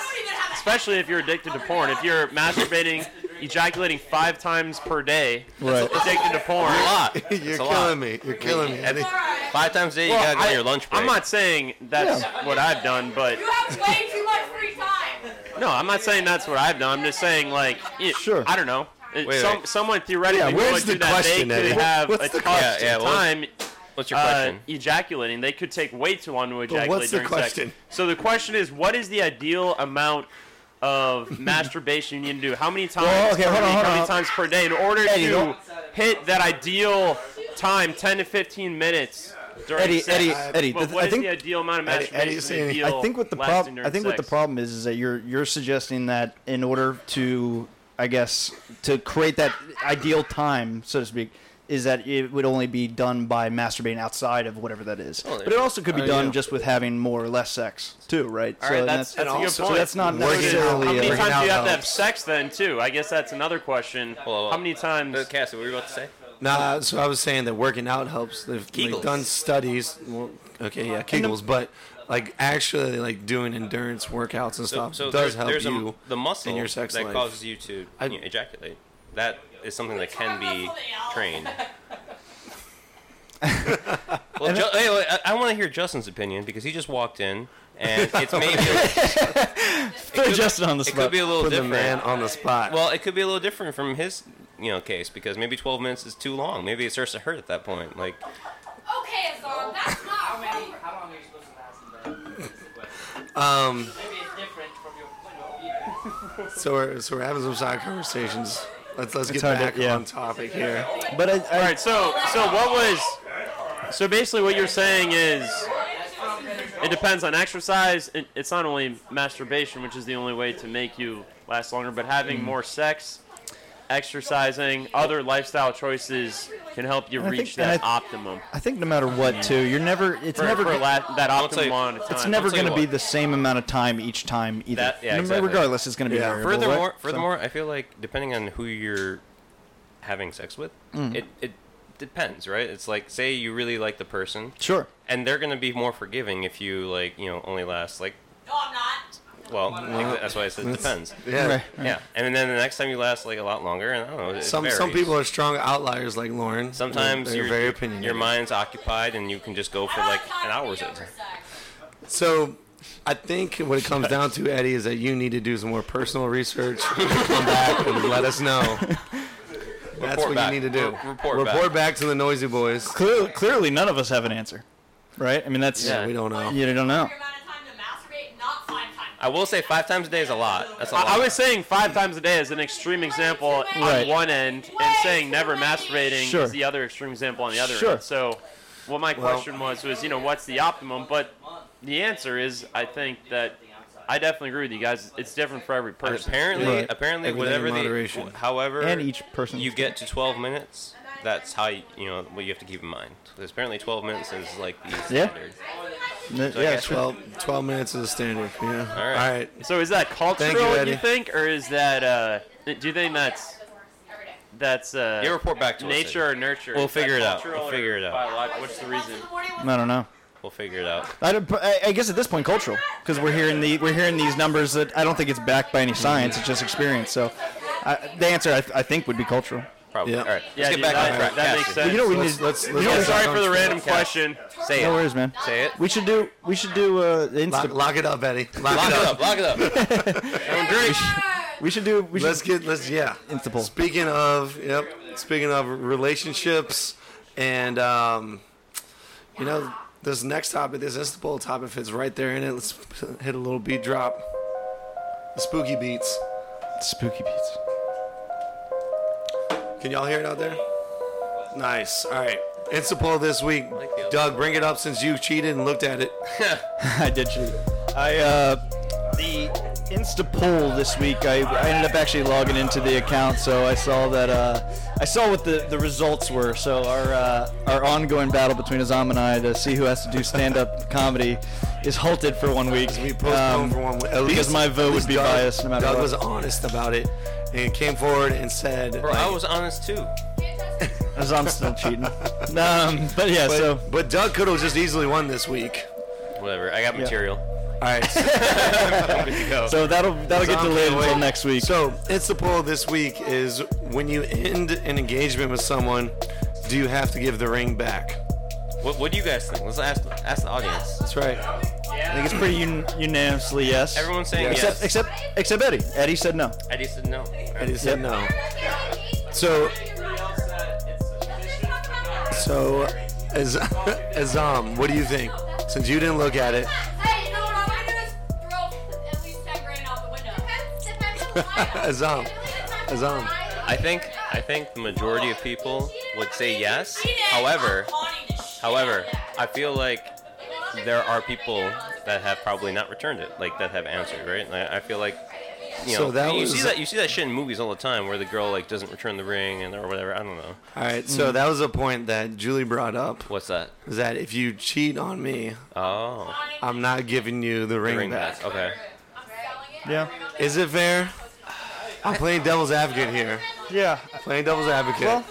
K: especially if you're addicted to porn, if you're masturbating, ejaculating five times per day,
C: [LAUGHS] Right.
K: addicted to porn,
C: You're-
K: [LAUGHS]
C: You're
K: It's a
C: killing
K: lot.
C: me. You're killing me. Eddie.
B: Five times a day, you
K: Well,
B: gotta go
K: I-
B: on your lunch break.
K: I'm not saying that's what I've done, but
D: have way too much free time.
K: no, I'm not saying that's what I've done. I'm just saying like, it, sure. I don't know. It-
B: Wait,
K: some,
B: wait.
K: Someone theoretically
B: Yeah, where's
K: would do
B: the
K: that.
B: question,
K: they could
B: Eddie?
K: have
B: What's
K: a
B: the
K: tough
B: question? Yeah, yeah, what's-
K: time.
B: what's your
K: uh,
B: question?
K: ejaculating. They could take way too long to ejaculate
C: what's the
K: during
C: question?
K: sex. So the question is, what is the ideal amount?
A: [LAUGHS]
K: Of masturbation you need to do. How many times
A: Well, okay,
K: per
A: hold on,
K: week,
A: hold
K: how many
A: on.
K: times per day in order
A: Eddie,
K: to
A: don't-
K: hit that ideal time, ten to fifteen minutes during
A: Eddie,
K: sex?
A: Eddie, Eddie,
K: Well,
A: the-
K: what
A: I
K: is
A: think-
K: the ideal amount of masturbation? the
A: I
K: ideal
A: think what the
K: lasting
A: problem
K: during
A: I think what the
K: sex?
A: problem is is that you're you're suggesting that in order to I guess to create that ideal time so to speak is that it would only be done by masturbating outside of whatever that is.
B: Well,
A: But it also could be
B: uh,
A: done
B: yeah.
A: just with and more or less sex too, right?
K: All right,
A: and
K: that's, that's, a good
A: so
K: point.
A: that's not
K: Working
A: necessarily.
K: How
A: [LAUGHS]
K: many
A: uh,
K: times do you have to have sex then, too? I guess that's another question. How many times?
B: Uh, Cassie, what were you about to say?
C: Nah, so I was saying that working out helps. They've like,
B: Kegels.
C: done studies. Well, okay, yeah, Kegels, but like actually like doing endurance workouts and stuff
K: Uh,
C: does
B: there's-
C: help
B: there's a-
C: you
B: the muscle
C: in your sex
B: that
C: life.
B: causes you to you know, ejaculate. That is something that can be
K: [LAUGHS]
B: trained. well, Ju- hey, wait, I, want to hear Justin's opinion because he just walked in, and
K: [LAUGHS]
B: it's maybe
A: Put Justin on the
B: it
A: spot.
B: could be a little
A: Put the
B: different.
A: man
C: on the spot.
B: Well, it could be a little different from his you know case because maybe 12 minutes is too long. Maybe it starts to hurt at that point. Like
D: Okay, Azam, that's not
M: How many?
D: right.
M: How long are you supposed to last in bed? Is the question.
C: Um,
M: Maybe it's different from your point of view.
C: so we're so we're having some side conversations. Let's let's
A: It's hard
C: get
A: to-
C: back
A: yeah.
C: on topic here.
A: But I,
K: All right, so so what was? So basically, what you're saying is, it depends on exercise. It, it's not only masturbation, which is the only way to make you last longer, but having
A: Mm.
K: more sex, exercising, other lifestyle choices can help you
A: And I
K: reach
A: think- and
K: that
A: I-
K: optimum.
A: I think no matter what, too, you're never. It's
K: For-
A: never
K: for la- that
A: I'll
K: optimal
A: tell you-
K: amount of
A: It's
K: time.
A: never
K: I'll tell
A: going to
K: you
A: be
K: what.
A: the same amount of time each time either.
B: That- yeah,
A: No-
B: exactly.
A: Regardless, it's going to be variable.
B: Furthermore,
A: right? So-
B: furthermore, I feel like depending on who you're having sex with,
A: Mm.
B: it it depends, right? It's like say you really like the person,
A: Sure.
B: and they're gonna be more forgiving if you like you know only last like
D: No, I'm not.
B: Well, that's why I said it depends.
C: Yeah. Right, right.
B: yeah. And then the next time you last like a lot longer, and I don't know. It
C: Some
B: varies.
C: some people are strong outliers like Lauren. They're-
B: Sometimes
C: they're
B: your-
C: very opinionated.
B: Your mind's occupied, and you can just go for like an hour or so.
C: So I think what it comes down to, Eddie, is that you need to do some more personal research. come back and let us know. That's
A: Report
C: what
A: back.
C: you need to do.
A: Re- report
C: report back. to the noisy boys.
A: Clear, clearly, none of us have an answer, right? I mean, that's
B: Yeah, we don't
K: know.
A: You don't know.
B: I will say five times a day is a lot. That's a lot.
K: I, I was saying five times a day is an extreme example
A: Right.
K: on one end, and saying never masturbating
A: Sure.
K: is the other extreme example on the other
A: Sure.
K: end. So, what my
A: Well-
K: question was was you know what's the optimum? But the answer is I think that I definitely agree with you guys. It's different for every person.
B: apparently, apparently, whatever the, however,
A: And each person
B: you get to 12 minutes. That's how you, you know what you have to keep in mind. Because apparently, 12 minutes is like the
C: Yeah.
B: standard.
C: N-
B: So I
C: Yeah,
B: guess-
C: 12, 12 minutes is the standard. Yeah. All right.
K: So is that cultural?
C: Thank you,
K: you,
C: Eddie.
K: think, or is that? Uh, do you think that's that's? Uh,
B: You report back to us,
K: nature
B: Eddie.
K: or nurture.
B: We'll
K: Is that
B: figure it out.
K: cultural
B: We'll
K: or
B: figure it out.
K: biological? What's the reason?
A: I don't know.
B: We'll figure it out.
A: I, don't- I I guess at this point, cultural, because we're hearing the we're hearing these numbers that I don't think it's backed by any science. It's just experience. So, I, the answer I, th- I think would be cultural.
B: Probably. All right.
K: Yeah,
B: let's get
K: dude,
B: back
K: that-
B: on track.
K: that makes
B: Cassie.
K: sense.
A: You know, we
K: Let's-
A: need.
K: let's-
A: you
K: let's
A: know,
K: get
A: we-
K: back Sorry for the on random track. question. Say it.
A: No worries, man.
B: Say it.
A: We should do. We should do. Uh, the Insta-
C: Lock, lock it up, Eddie. Lock,
B: Lock
C: it
B: it
C: up.
B: up. Lock it up.
A: We should, we should do. We should,
C: let's get let's yeah.
A: Interpol.
C: Speaking of yep. Speaking of relationships and um, you know this next topic, this Interpol topic fits right there in it. Let's hit a little beat drop. The spooky beats.
A: spooky beats.
C: Can y'all hear it out there? Nice. All right. Instapoll this week. Doug, bring it up since you cheated and looked at it.
A: [LAUGHS] I did cheat. I uh, the Insta poll this week. I, I ended up actually logging into the account, so I saw that uh, I saw what the, the results were. So our uh, our ongoing battle between Azam and I to see who has to do stand up [LAUGHS] comedy is halted for one week. We
C: postponed for one week. Um, At
A: because
C: least-
A: my
C: at
A: vote would
C: least
A: be
C: Doug-
A: biased no matter
C: Doug
A: what.
C: was honest about it and came forward and said,
B: Bro, I
C: like-
B: was honest too.
A: [LAUGHS] Azam's still
C: [LAUGHS]
A: cheating. um, but yeah,
C: but,
A: so
C: but Doug could have just easily won this week.
B: Whatever. I got material.
C: All [LAUGHS] right.
B: I'm good to go.
A: So that'll that'll get
C: Zombie
A: delayed
C: away.
A: until next week.
C: So it's the poll this week is when you end an engagement with someone, do you have to give the ring back?
B: What, what do you guys think? Let's ask ask the audience.
C: That's right.
A: I think it's pretty un- unanimously yes.
B: Everyone's saying
A: except,
B: yes.
A: Except except Eddie. Eddie said no.
B: Eddie said no.
C: Eddie said no. So So as [LAUGHS] Azam, what do you think? Since you didn't look at it,
D: [LAUGHS]
C: Azam, Azam.
B: I think I think the majority of people would say yes. However, however, I feel like there are people that have probably not returned it, like that have answered, right? Like, I feel like you know,
C: So that
B: you
C: was-
B: see that you see that shit in movies all the time where the girl like doesn't return the ring and or whatever. I don't know.
C: All right. So that was a point that Julie brought up.
B: What's that?
C: Is that if you cheat on me,
B: Oh,
C: I'm not giving you the ring,
B: ring
C: back.
B: back. Okay.
A: Yeah.
C: Is it fair? I'm playing devil's advocate here.
A: Yeah.
C: Playing devil's advocate.
A: Well-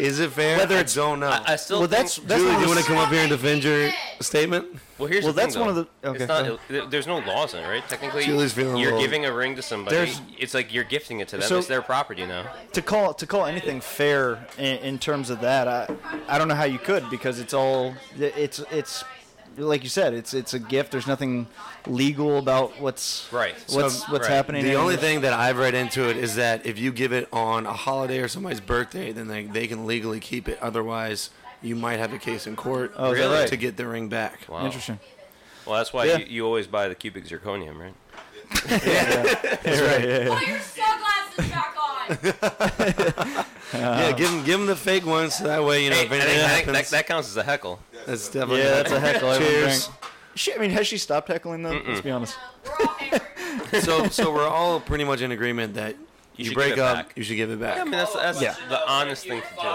C: is it fair?
A: Whether
C: I
A: it's-
C: don't know.
B: I, I still
A: Well,
B: think-
A: that's- that's
C: Julie,
A: one
C: do you
A: of
C: want
A: the-
C: to come up here and defend your statement?
B: Well, here's
A: Well,
B: the thing,
A: that's one of
B: though.
A: the- okay,
B: It's
A: go
B: not, it, there's no laws in it, right? Technically,
C: Julie's feeling a
B: you're
C: little-
B: giving a ring to somebody.
A: There's-
B: it's like you're gifting it to them.
A: So-
B: it's their property now.
A: to call to call anything fair in, in terms of that, I I don't know how you could because it's all it's it's like you said it's it's a gift. There's nothing legal about what's
B: Right.
A: What's
C: So,
A: what's
C: right.
A: happening?
C: The
A: in-
C: only thing that I've read into it is that if you give it on a holiday or somebody's birthday, then they, they can legally keep it. Otherwise, you might have a case in court
A: Oh, is that right?
C: to get the ring back.
B: Wow.
A: Interesting.
B: Well, that's why
A: Yeah.
B: you, you always buy the cubic zirconium, right?
A: Yeah, right. Yeah,
D: Oh,
A: yeah.
B: [LAUGHS]
C: yeah, give them give 'em the fake ones so that way you know
B: Hey,
C: if
B: I
C: anything
B: think- I think
C: happens.
B: that, that counts as a heckle.
C: that's definitely
A: Yeah, that's a heckle. everyone
C: Cheers.
A: drink. She, I mean, has she stopped heckling though? Let's be honest.
C: so so we're all pretty much in agreement that
B: You
C: you,
B: should
C: break
B: give it
C: up,
B: back.
C: you should give it back.
B: Yeah, I mean, that's, that's
A: Yeah.
B: the honest thing to do.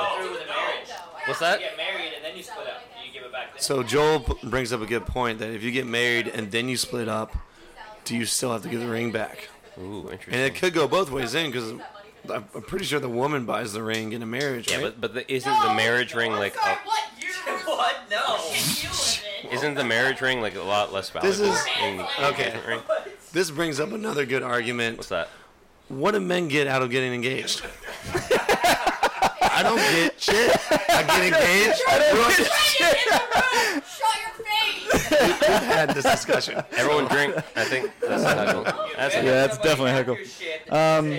B: What's that?
M: You get married and then you split up. You give it back.
C: So Joel p- brings up a good point that if you get married and then you split up, do you still have to give the ring back?
B: Ooh,
C: And
B: interesting.
C: it could go both ways in because I'm I'm pretty sure the woman buys the ring in a marriage.
B: yeah,
C: right?
B: but but the, isn't the marriage ring like? A,
M: What? No.
B: oh. isn't the marriage ring like a lot less valuable?
C: This is
B: than the
C: okay.
B: engagement ring?
C: This brings up another good argument. What's
B: that?
C: What do men get out of getting engaged? [LAUGHS] I don't get shit. [LAUGHS] I get engaged. We've had this discussion.
B: Everyone drink. I think that's a heckle. That's a
A: yeah,
B: heckle.
A: that's definitely a heckle. Um,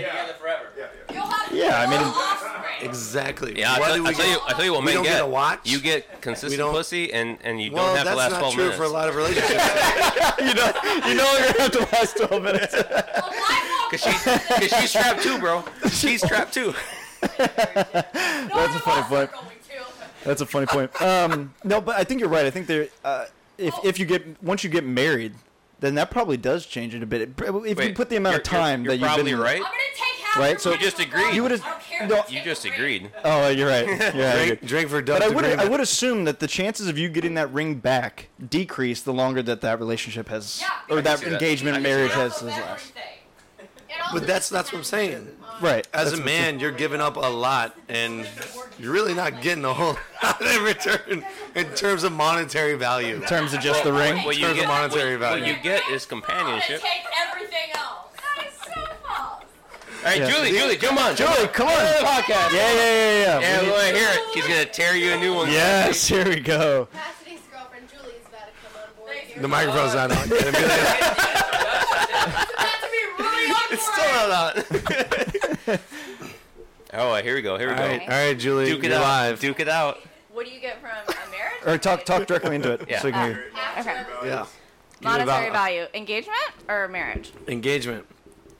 A: yeah, I mean,
C: exactly.
B: Yeah, I
C: Why
B: tell,
C: do
B: I
C: we
B: tell
C: get-
B: you, I tell you what
C: we
B: men
C: don't get a watch?
B: You get consistent
C: don't-
B: pussy, and, and you
C: well,
B: don't have
C: that's
B: to last
C: not
B: 12
C: true
B: minutes.
C: for a lot of relationships.
B: [LAUGHS]
A: you know, you no longer have to last 12 minutes.
B: [LAUGHS] Cause, she, Cause she's trapped too, bro. She's trapped [LAUGHS] too.
A: That's a funny point. [LAUGHS] That's a funny point. Um, no, but I think you're right. I think there, uh, if if you get once you get married, then that probably does change it a bit. It- If you
B: Wait,
A: put the amount of
B: you're- you're-
A: time
B: you're
A: that you've
B: probably
A: been
B: right. I'm gonna
A: right, so
B: you just agreed.
A: You would have no.
B: You just agreed.
A: Oh, you're
C: [LAUGHS]
A: right. Yeah,
C: Drink-
A: you're good.
C: drink for
A: But I
C: Doug's
A: would I
C: agreement.
A: would assume that the chances of you getting that ring back decrease the longer that that relationship has
C: I
A: or
C: can
A: that
C: see that.
A: engagement
C: I can see
A: marriage
C: that.
A: has has lasted.
C: But that's that's what I'm saying.
A: Right.
C: As
A: That's
C: a
A: what-
C: man, you're giving up a lot, and you're really not getting a whole [LAUGHS] lot in return in terms of monetary value. In
A: terms of
B: Well,
C: In
B: What
C: terms
B: you
C: of
B: get,
C: monetary
B: what,
C: value.
B: What Uh, you get is companionship.
D: everything else. That is so false.
B: All right,
A: Yeah.
B: Julie, Julie, come on,
A: Julie, come on. Yeah,
B: podcast.
A: yeah, yeah, yeah.
B: Yeah,
A: We
B: we
A: need-
B: want to hear it. He's gonna tear you a new one.
A: Yes, here we go.
D: Cassidy's girlfriend Julie's about to come on board.
C: The microphone's not on.
O: [LAUGHS]
D: It's
C: still not on.
B: Oh, here we go. Here we
C: All
B: go.
C: right, all right, Julie,
B: Duke it
C: you're
B: out.
C: live.
B: Duke it out.
O: What do you get from a marriage?
A: Or talk talk directly into it.
B: Yeah.
A: So you can hear.
O: Okay.
C: Yeah.
O: Monetary
C: Give it about-
O: value, engagement or marriage?
C: Engagement.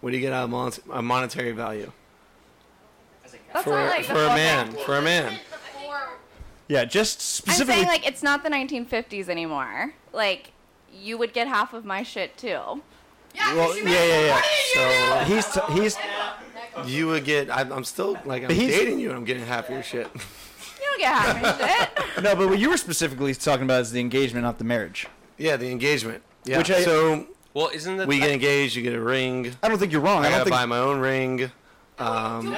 C: What do you get out of mon- a monetary value?
O: That's
C: for
O: not like the
C: [LAUGHS] for a
O: whole
C: man.
O: thing.
C: For a man.
A: Yeah, just
O: I'm saying
A: specifically.
O: like it's not the 1950s anymore. Like you would get half of my shit too.
A: well, yeah, yeah, yeah.
C: So
A: he's t- he's.
C: You would get. I'm, I'm still like I'm
A: But he's-
C: dating you, and I'm getting happier shit.
O: You don't get half my shit.
A: No, but what you were specifically talking about is the engagement, not the marriage.
C: Yeah, the engagement. Yeah.
A: Which I-
C: so
B: Well, isn't that
C: we get engaged. You get a ring.
A: I don't think you're wrong.
C: I,
A: I don't
C: gotta
A: think-
C: buy my own ring. Um,
B: You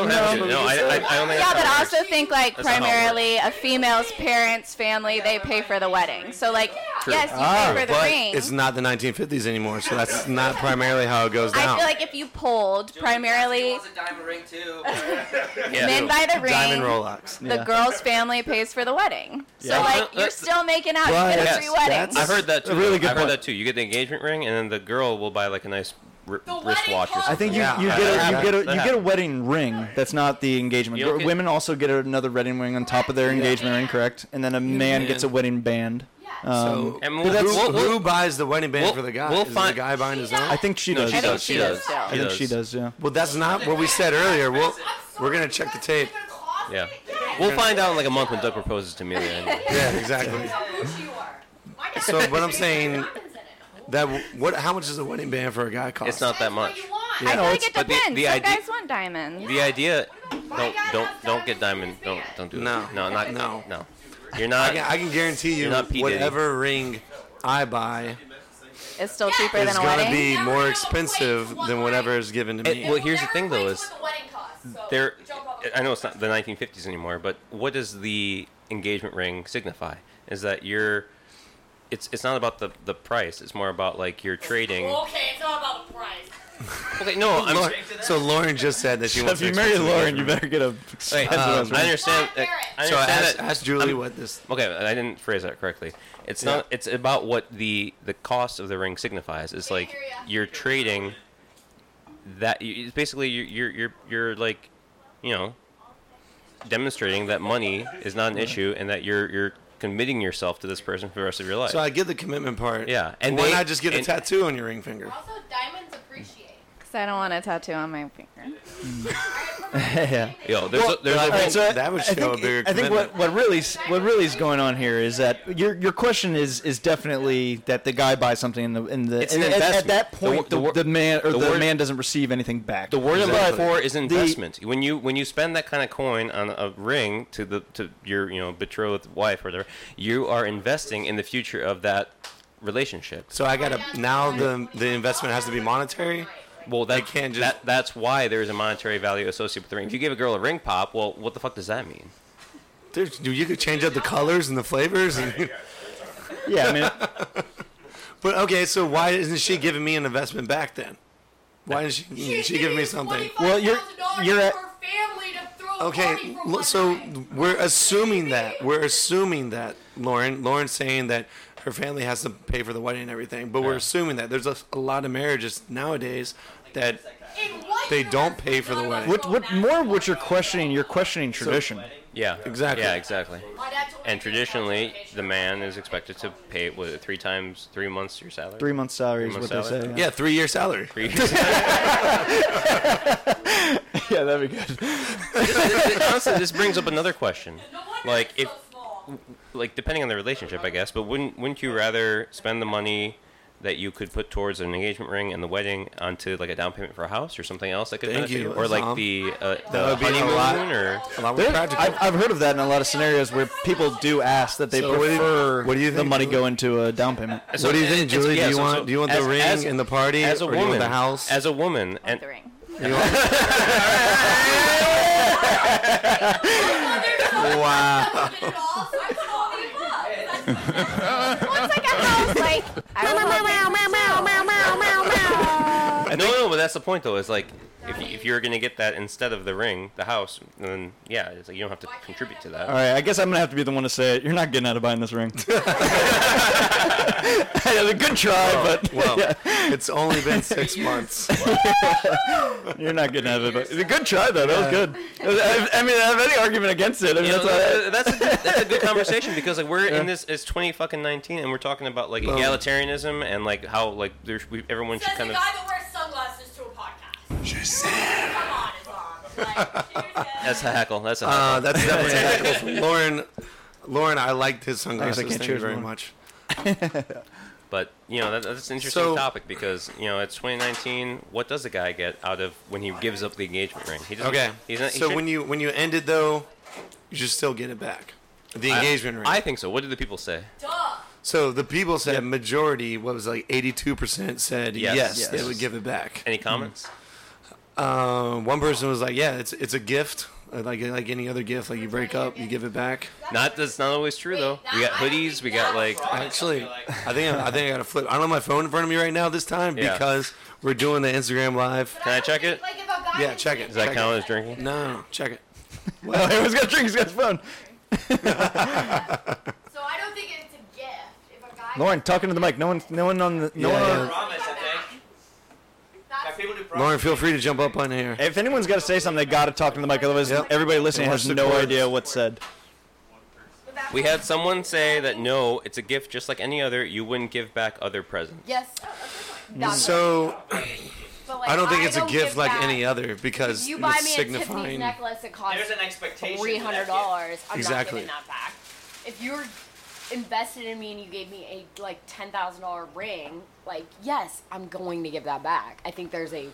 B: don't have to. No, I, I, I don't think.
O: Yeah,
B: that's
O: but I
B: how it
O: also think like
B: That's not how it
O: primarily a female's parents, family, they pay for the wedding. So like
C: True.
O: yes, you
B: Ah,
O: pay for the
C: but
O: ring.
C: it's not the 1950s anymore, so that's not primarily how it goes down.
O: I feel like if you polled primarily [LAUGHS]
C: Yeah.
O: men buy the ring,
C: Diamond Rolex.
D: Um,
O: The
C: Yeah.
O: girl's family pays for the wedding.
B: Yeah.
O: So like
B: Well,
O: you're
B: that's-
O: still making out. You get a free wedding.
B: I've heard that
A: a
B: too.
A: really good
B: I've
A: point.
B: heard that too. You get the engagement ring, and then the girl will buy like a nice r- wristwatch or something.
A: I think you, you get a, you get a you get a wedding ring. That's not the engagement.
B: You don't get-
A: Women also get another wedding ring on top of their engagement ring, correct? And then a man
C: Yeah.
A: gets a wedding band. Um,
C: so,
A: but
C: who,
A: that's-
C: who buys the wedding band for the guy?
A: we'll
C: Is it
A: find-
C: the guy buying his own?
A: I think she does. I think she does. Yeah.
C: Well, that's not what we said earlier. We'll, we're gonna check the tape.
B: Yeah. We'll find out in like a month when Doug proposes to Amelia. Anyway.
A: [LAUGHS]
C: Yeah, exactly. So, but I'm saying that w- what? How much does a wedding band for a guy cost?
B: It's not that much.
C: Yeah.
O: I feel like it
B: but the-
O: depends.
B: the
O: Some
B: idea-
O: guys want diamonds.
B: The idea. Don't don't don't get diamond. Don't don't do it.
C: No.
B: no, not
C: No.
B: no. You're not.
C: I can, I can guarantee you,
B: You're not P. Diddy.
C: whatever ring I buy
O: It's still cheaper
C: is
O: than a
C: going to
O: wedding.
C: be more expensive than whatever is given to
B: It-
C: me.
B: well, here's the thing though is uh, there.
L: Oh,
B: I know it's not the 1950s anymore, but what does the engagement ring signify? Is that you're. It's it's not about the the price. It's more about like you're trading.
D: Okay, it's all about the price.
B: Okay, no, I'm.
C: Lauren- so Lauren just said that she
A: So
C: wants.
A: if you
C: an
A: marry
C: expensive
A: Lauren, you
C: engagement
A: better get a.
B: Wait,
A: expensive ass ring.
B: I understand. uh, I
C: So
B: understand
C: ask-
B: that-
C: ask Julie
B: I'm-
C: what this-
B: Okay, I didn't phrase that correctly. It's
C: Yeah.
B: not. It's about what the the cost of the ring signifies. It's like you're trading. That you- it's basically you're you're you're, you're like, you know, demonstrating that money is not an issue and that you're you're committing yourself to this person for the rest of your life.
C: So I get the commitment part.
B: Yeah, and
C: why
B: they-
C: not just get a
B: and-
C: tattoo on your ring finger?
O: Because I don't want a tattoo on my finger.
A: [LAUGHS] yeah.
B: Yo, there's a- there's a
A: all
B: whole-
C: That would
A: I
C: show
A: think,
C: a bigger
A: I think what, what really s- what really is going on here is that your your question is is definitely that the guy buys something in the in the
B: It's
A: and
B: an
A: at, at
B: investment.
A: that
B: The
A: point
B: wor- the
A: the,
B: wor-
A: the man or the,
B: the word-
A: man doesn't receive anything back.
B: The word I'm
A: But
B: looking for is
A: the-
B: investment. when you when you spend that kind of coin on a ring to the to your you know betrothed wife or whatever, you are investing in the future of that relationship.
C: So I gotta now the the investment has to be monetary.
B: Well, that
C: can't just-
B: that, that's why there's a monetary value associated with the ring. If you give a girl a ring pop, well, what the fuck does that mean?
C: There's, dude, you could change up the colors and the flavors. And
A: Yeah, I mean,
C: but okay, so why isn't she giving me an investment back then? Why isn't she, she giving me something?
A: Well, you're
C: you're at,
K: family to throw a party
C: okay.
K: for
C: l-
K: one
C: So
K: night.
C: we're assuming that we're assuming that Lauren Lauren's saying that her family has to pay for the wedding and everything, but we're assuming that there's a, a lot of marriages nowadays that they don't pay for the wedding.
A: what what more? What you're questioning? You're questioning tradition.
B: Yeah.
A: Exactly.
B: Yeah, exactly. And traditionally, the man is expected to pay was it three times three months your salary.
A: Three months' salary is
B: Three
A: what
B: months'
A: they
B: salary?
A: say.
C: yeah, three year salary.
B: Three [LAUGHS] years.
A: yeah, that'd be good.
B: Honestly, this brings up another question. Like if, like depending on the relationship, I guess. But wouldn't wouldn't you rather spend the money that you could put towards an engagement ring and the wedding onto like a down payment for a house or something else that could
C: Thank
B: benefit
C: you,
B: or like
C: Tom.
B: the uh,
C: That
B: the
C: would be a
B: honeymoon
C: lot-
B: or
C: a lot
A: [LAUGHS] There- I've, I've heard of that in a lot of scenarios where people do ask that they
C: So what do you-
A: prefer
C: what do you
A: the
C: think,
A: money go into a down payment.
B: So
C: what do you
B: it-
C: think,
B: it's-
C: Julie?
B: yeah,
C: do you
B: so-
C: want
B: so
C: do you want the
B: as-
C: ring
B: as-
C: and the party,
B: as a
C: or
B: woman,
C: do you want the house?
B: As a woman, and the
D: ring.
C: wow.
D: like, I would
B: no, Oh, no, but that's the point though. Is like if, you, if you're gonna get that instead of the ring, the house, then yeah, it's like you don't have to contribute to that.
A: All right, I guess I'm gonna have to be the one to say it. You're not getting out of buying this
C: [LAUGHS]
A: ring. [LAUGHS] a good try, but [LAUGHS]
C: well, it's only been [LAUGHS] six months.
A: You're not getting out of it. But it's a good try though. That was good. I, I mean, I have any argument against it. I mean,
B: You know,
A: that's why-
B: that's, a good, that's a good conversation because like we're
A: Yeah.
B: in this it's 20 fucking 19 and we're talking about like
A: Boom.
B: egalitarianism and like how like there's we, everyone should
K: Says the
B: kind
K: guy
B: of
K: that wears sunglasses to a podcast.
B: that's a heckle that's a heckle
C: Uh, that's definitely a [LAUGHS] heckle from Lauren. Lauren, I liked his sunglasses.
B: can't
C: Thank you
B: choose
C: very
B: one.
C: much.
B: but you know that, that's an interesting
C: So-
B: topic because you know it's 2019 what does a guy get out of when he gives up the engagement ring he doesn't,
C: Okay.
B: he's not, he
C: so
B: should-
C: when you when you ended though, you should still get it back. The
B: I-
C: engagement ring.
B: I think so what do the people say
C: so the people said majority, what was it, like eighty two percent said yes,
B: Yes.
C: they
B: Yes.
C: would give it back.
B: any comments
C: Um, one person was like, "Yeah, it's it's a gift, Uh, like like any other gift. Like you break up, you give it back."
B: not that's not always true though we got hoodies we got like
C: Actually, I think I, I think I got to flip. I don't have my phone in front of me right now this time
B: Yeah.
C: because we're doing the Instagram live.
B: can I check it
C: Yeah, check it.
B: does that
C: check
B: count
C: it.
B: as drinking
C: No, no, no,
B: [LAUGHS]
C: check it.
A: [LAUGHS] Well, everyone's got drinks. Got his phone.
K: So I don't think it's a gift. If a guy
A: Lauren, talking to the mic. No one, no one on the. No
C: Yeah,
A: one.
C: yeah.
A: On,
G: Promise, I think. Got people to
C: Lauren, feel free to jump up on here.
A: if anyone's got to say something, they got to talk to the mic. Otherwise, everybody listening
C: And
A: has
C: watch the
A: no
C: chords.
A: idea what's said.
B: We had someone say that no, it's a gift just like any other. You wouldn't give back other presents.
L: Yes. That's
C: So
L: But, like,
C: I don't think it's a
L: don't
C: gift
L: give
C: like
L: back-
C: any other because
L: You buy
C: it's
L: me a Tiffany's
C: signifying.
L: necklace that costs
G: There's an expectation for that
L: Three hundred dollars. I'm not
C: Exactly.
L: giving that back. If you're invested in me and you gave me a like ten thousand dollar ring, like yes, I'm going to give that back. I think there's a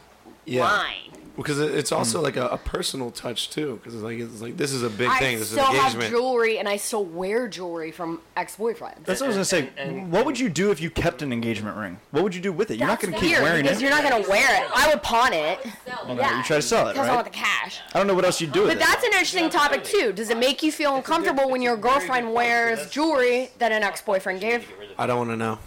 C: Yeah.
L: line.
C: Because it- it's also
A: Hmm.
C: like a, a personal touch too. Because it's like it's like this is a big
L: I
C: thing. This is
L: still
C: an
L: have
C: engagement.
L: jewelry and I still wear jewelry from ex boyfriends.
A: That's what I was gonna say. what would you do if you kept an engagement ring? What would you do with it? You're not gonna keep
L: Weird,
A: wearing
L: because
A: it.
L: You're not gonna wear it. I would pawn it.
A: Well, no, you try to sell it,
L: Because I want
A: right?
L: the cash.
A: I don't know what else you do with
L: But that's an interesting topic too. Does it make you feel uncomfortable when your girlfriend wears jewelry that an ex-boyfriend gave?
C: I don't want to know.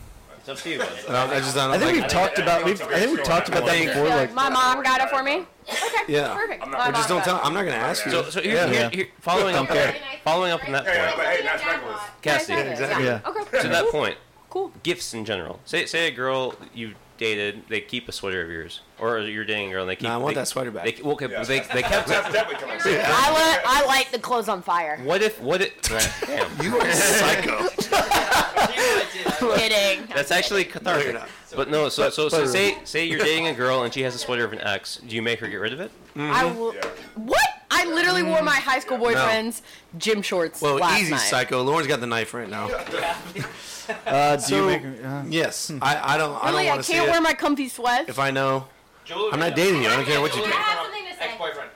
B: It's up to you. guys.
C: I, don't- I just don't.
A: I think
C: like-
A: we've talked about. We've, I think we've talked about that
C: Thank-
A: before. Like,
L: My mom got it for me. Okay,
C: Yeah.
L: perfect.
C: I'm
L: My
C: Or just
L: mom
C: don't
L: got
C: tell. I'm not gonna ask you.
B: So, so here, here, here, following up, following up on that point, Cassie.
L: Yeah, exactly. Yeah. Okay.
B: To that point.
L: Cool.
B: Gifts in general. Say, say a girl you dated, they keep a sweater of yours, or you're dating a girl and they keep.
C: I want
B: they-
C: that sweater back.
B: They, well, okay, but they, they kept it.
L: it. I let I light the clothes on fire.
C: [LAUGHS]
B: What if? What if?
C: you [LAUGHS] are psycho.
L: Kidding.
B: That's actually cathartic. But no, [LAUGHS] so, so, so
C: but-
B: say say you're dating a girl and she has a sweater of an ex. Do you make her get rid of it?
L: I will. What? I literally wore my high school boyfriend's gym shorts
C: Well,
L: last
C: easy,
L: night.
C: psycho. Lauren's got the knife right now. [LAUGHS]
A: uh, do
C: So-
A: you make? Uh,
C: Yes, I, I don't. I don't
L: Really, I,
C: want to see
L: can't wear
C: it.
L: my comfy sweats.
C: If I know, I'm not dating you. I don't care what you do.
G: Ex-boyfriend.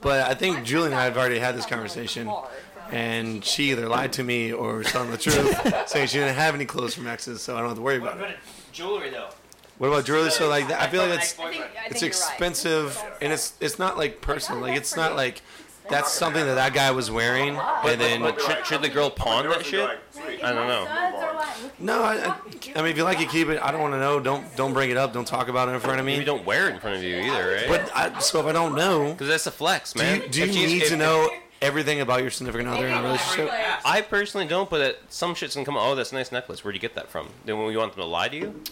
C: But I think Julie and I have already had this conversation, and she either lied to me or was telling the truth, saying she didn't have any clothes from exes, so I don't have to worry about it.
G: But jewelry though.
C: What about jewelry? So like, that, I feel like that's
G: Ex-boyfriend.
C: it's expensive, and it's it's not like personal. Like it's not like that's something that that guy was wearing,
B: But
C: and then
B: but should, should the girl pawn that shit? I don't know.
C: No, I, I, I mean, if you like it, keep it. I don't want to know. Don't don't bring it up. Don't talk about it in front of me. You
B: don't wear it in front of you either, right?
C: But I, so if I don't know, because
B: that's a flex, man.
C: Do you, do
B: If
C: you
B: she's-
C: need to
B: if-
C: know everything about your significant other in a relationship?
B: I personally don't, but it, some shit's gonna come. Oh, that's a nice necklace. Where'd you get that from? Then when you want them to lie to you?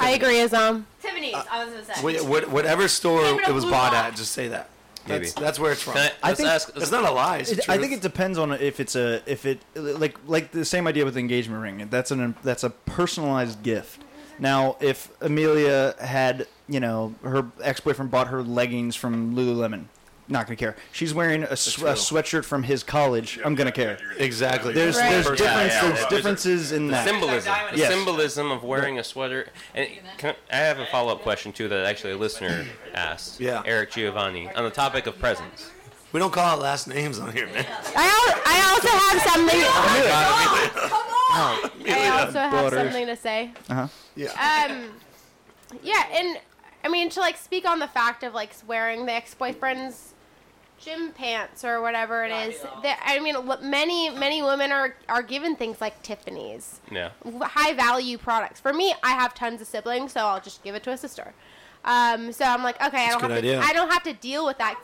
L: I agree, Azam.
N: Tiffany's. I was gonna say.
C: Wh- wh- Whatever store
N: Name it a
C: it was
N: blue
C: bought
N: lock.
C: at, just say that.
B: Maybe.
C: That's, that's where it's from.
B: Can I- I let's think- ask-
C: it's not a lie. It's the
A: It- I think
C: truth.
A: it depends on if it's a if it like like the same idea with the engagement ring. That's an that's a personalized gift. Now, if Amelia had you know her ex boyfriend bought her leggings from Lululemon, not gonna care. She's wearing a, sw- a sweatshirt from his college. I'm gonna care.
C: Exactly.
A: There's
B: Right.
A: there's
B: Yeah,
A: difference,
B: yeah,
A: there's
B: yeah.
A: differences in
B: The
A: that
B: symbolism. The
A: Yes.
B: symbolism of wearing a sweater. And can, I have a follow up question too that actually a listener asked. Yeah. Eric Giovanni on the topic of presents.
C: We don't call out last names on here, man.
L: I, al- I also
C: [LAUGHS]
L: have something. [LAUGHS]
C: Oh,
L: I also have something to say.
A: Uh-huh.
L: Um, yeah, and I mean to like speak on the fact of like wearing the ex-boyfriend's gym pants or whatever it is. That I mean, l- many many women are are given things like Tiffany's,
B: Yeah.
L: high value products. For me, I have tons of siblings, so I'll just give it to a sister. Um, so I'm like, okay, I
N: That's a
L: don't have
N: good
L: to,
N: idea.
L: I don't have to deal with that.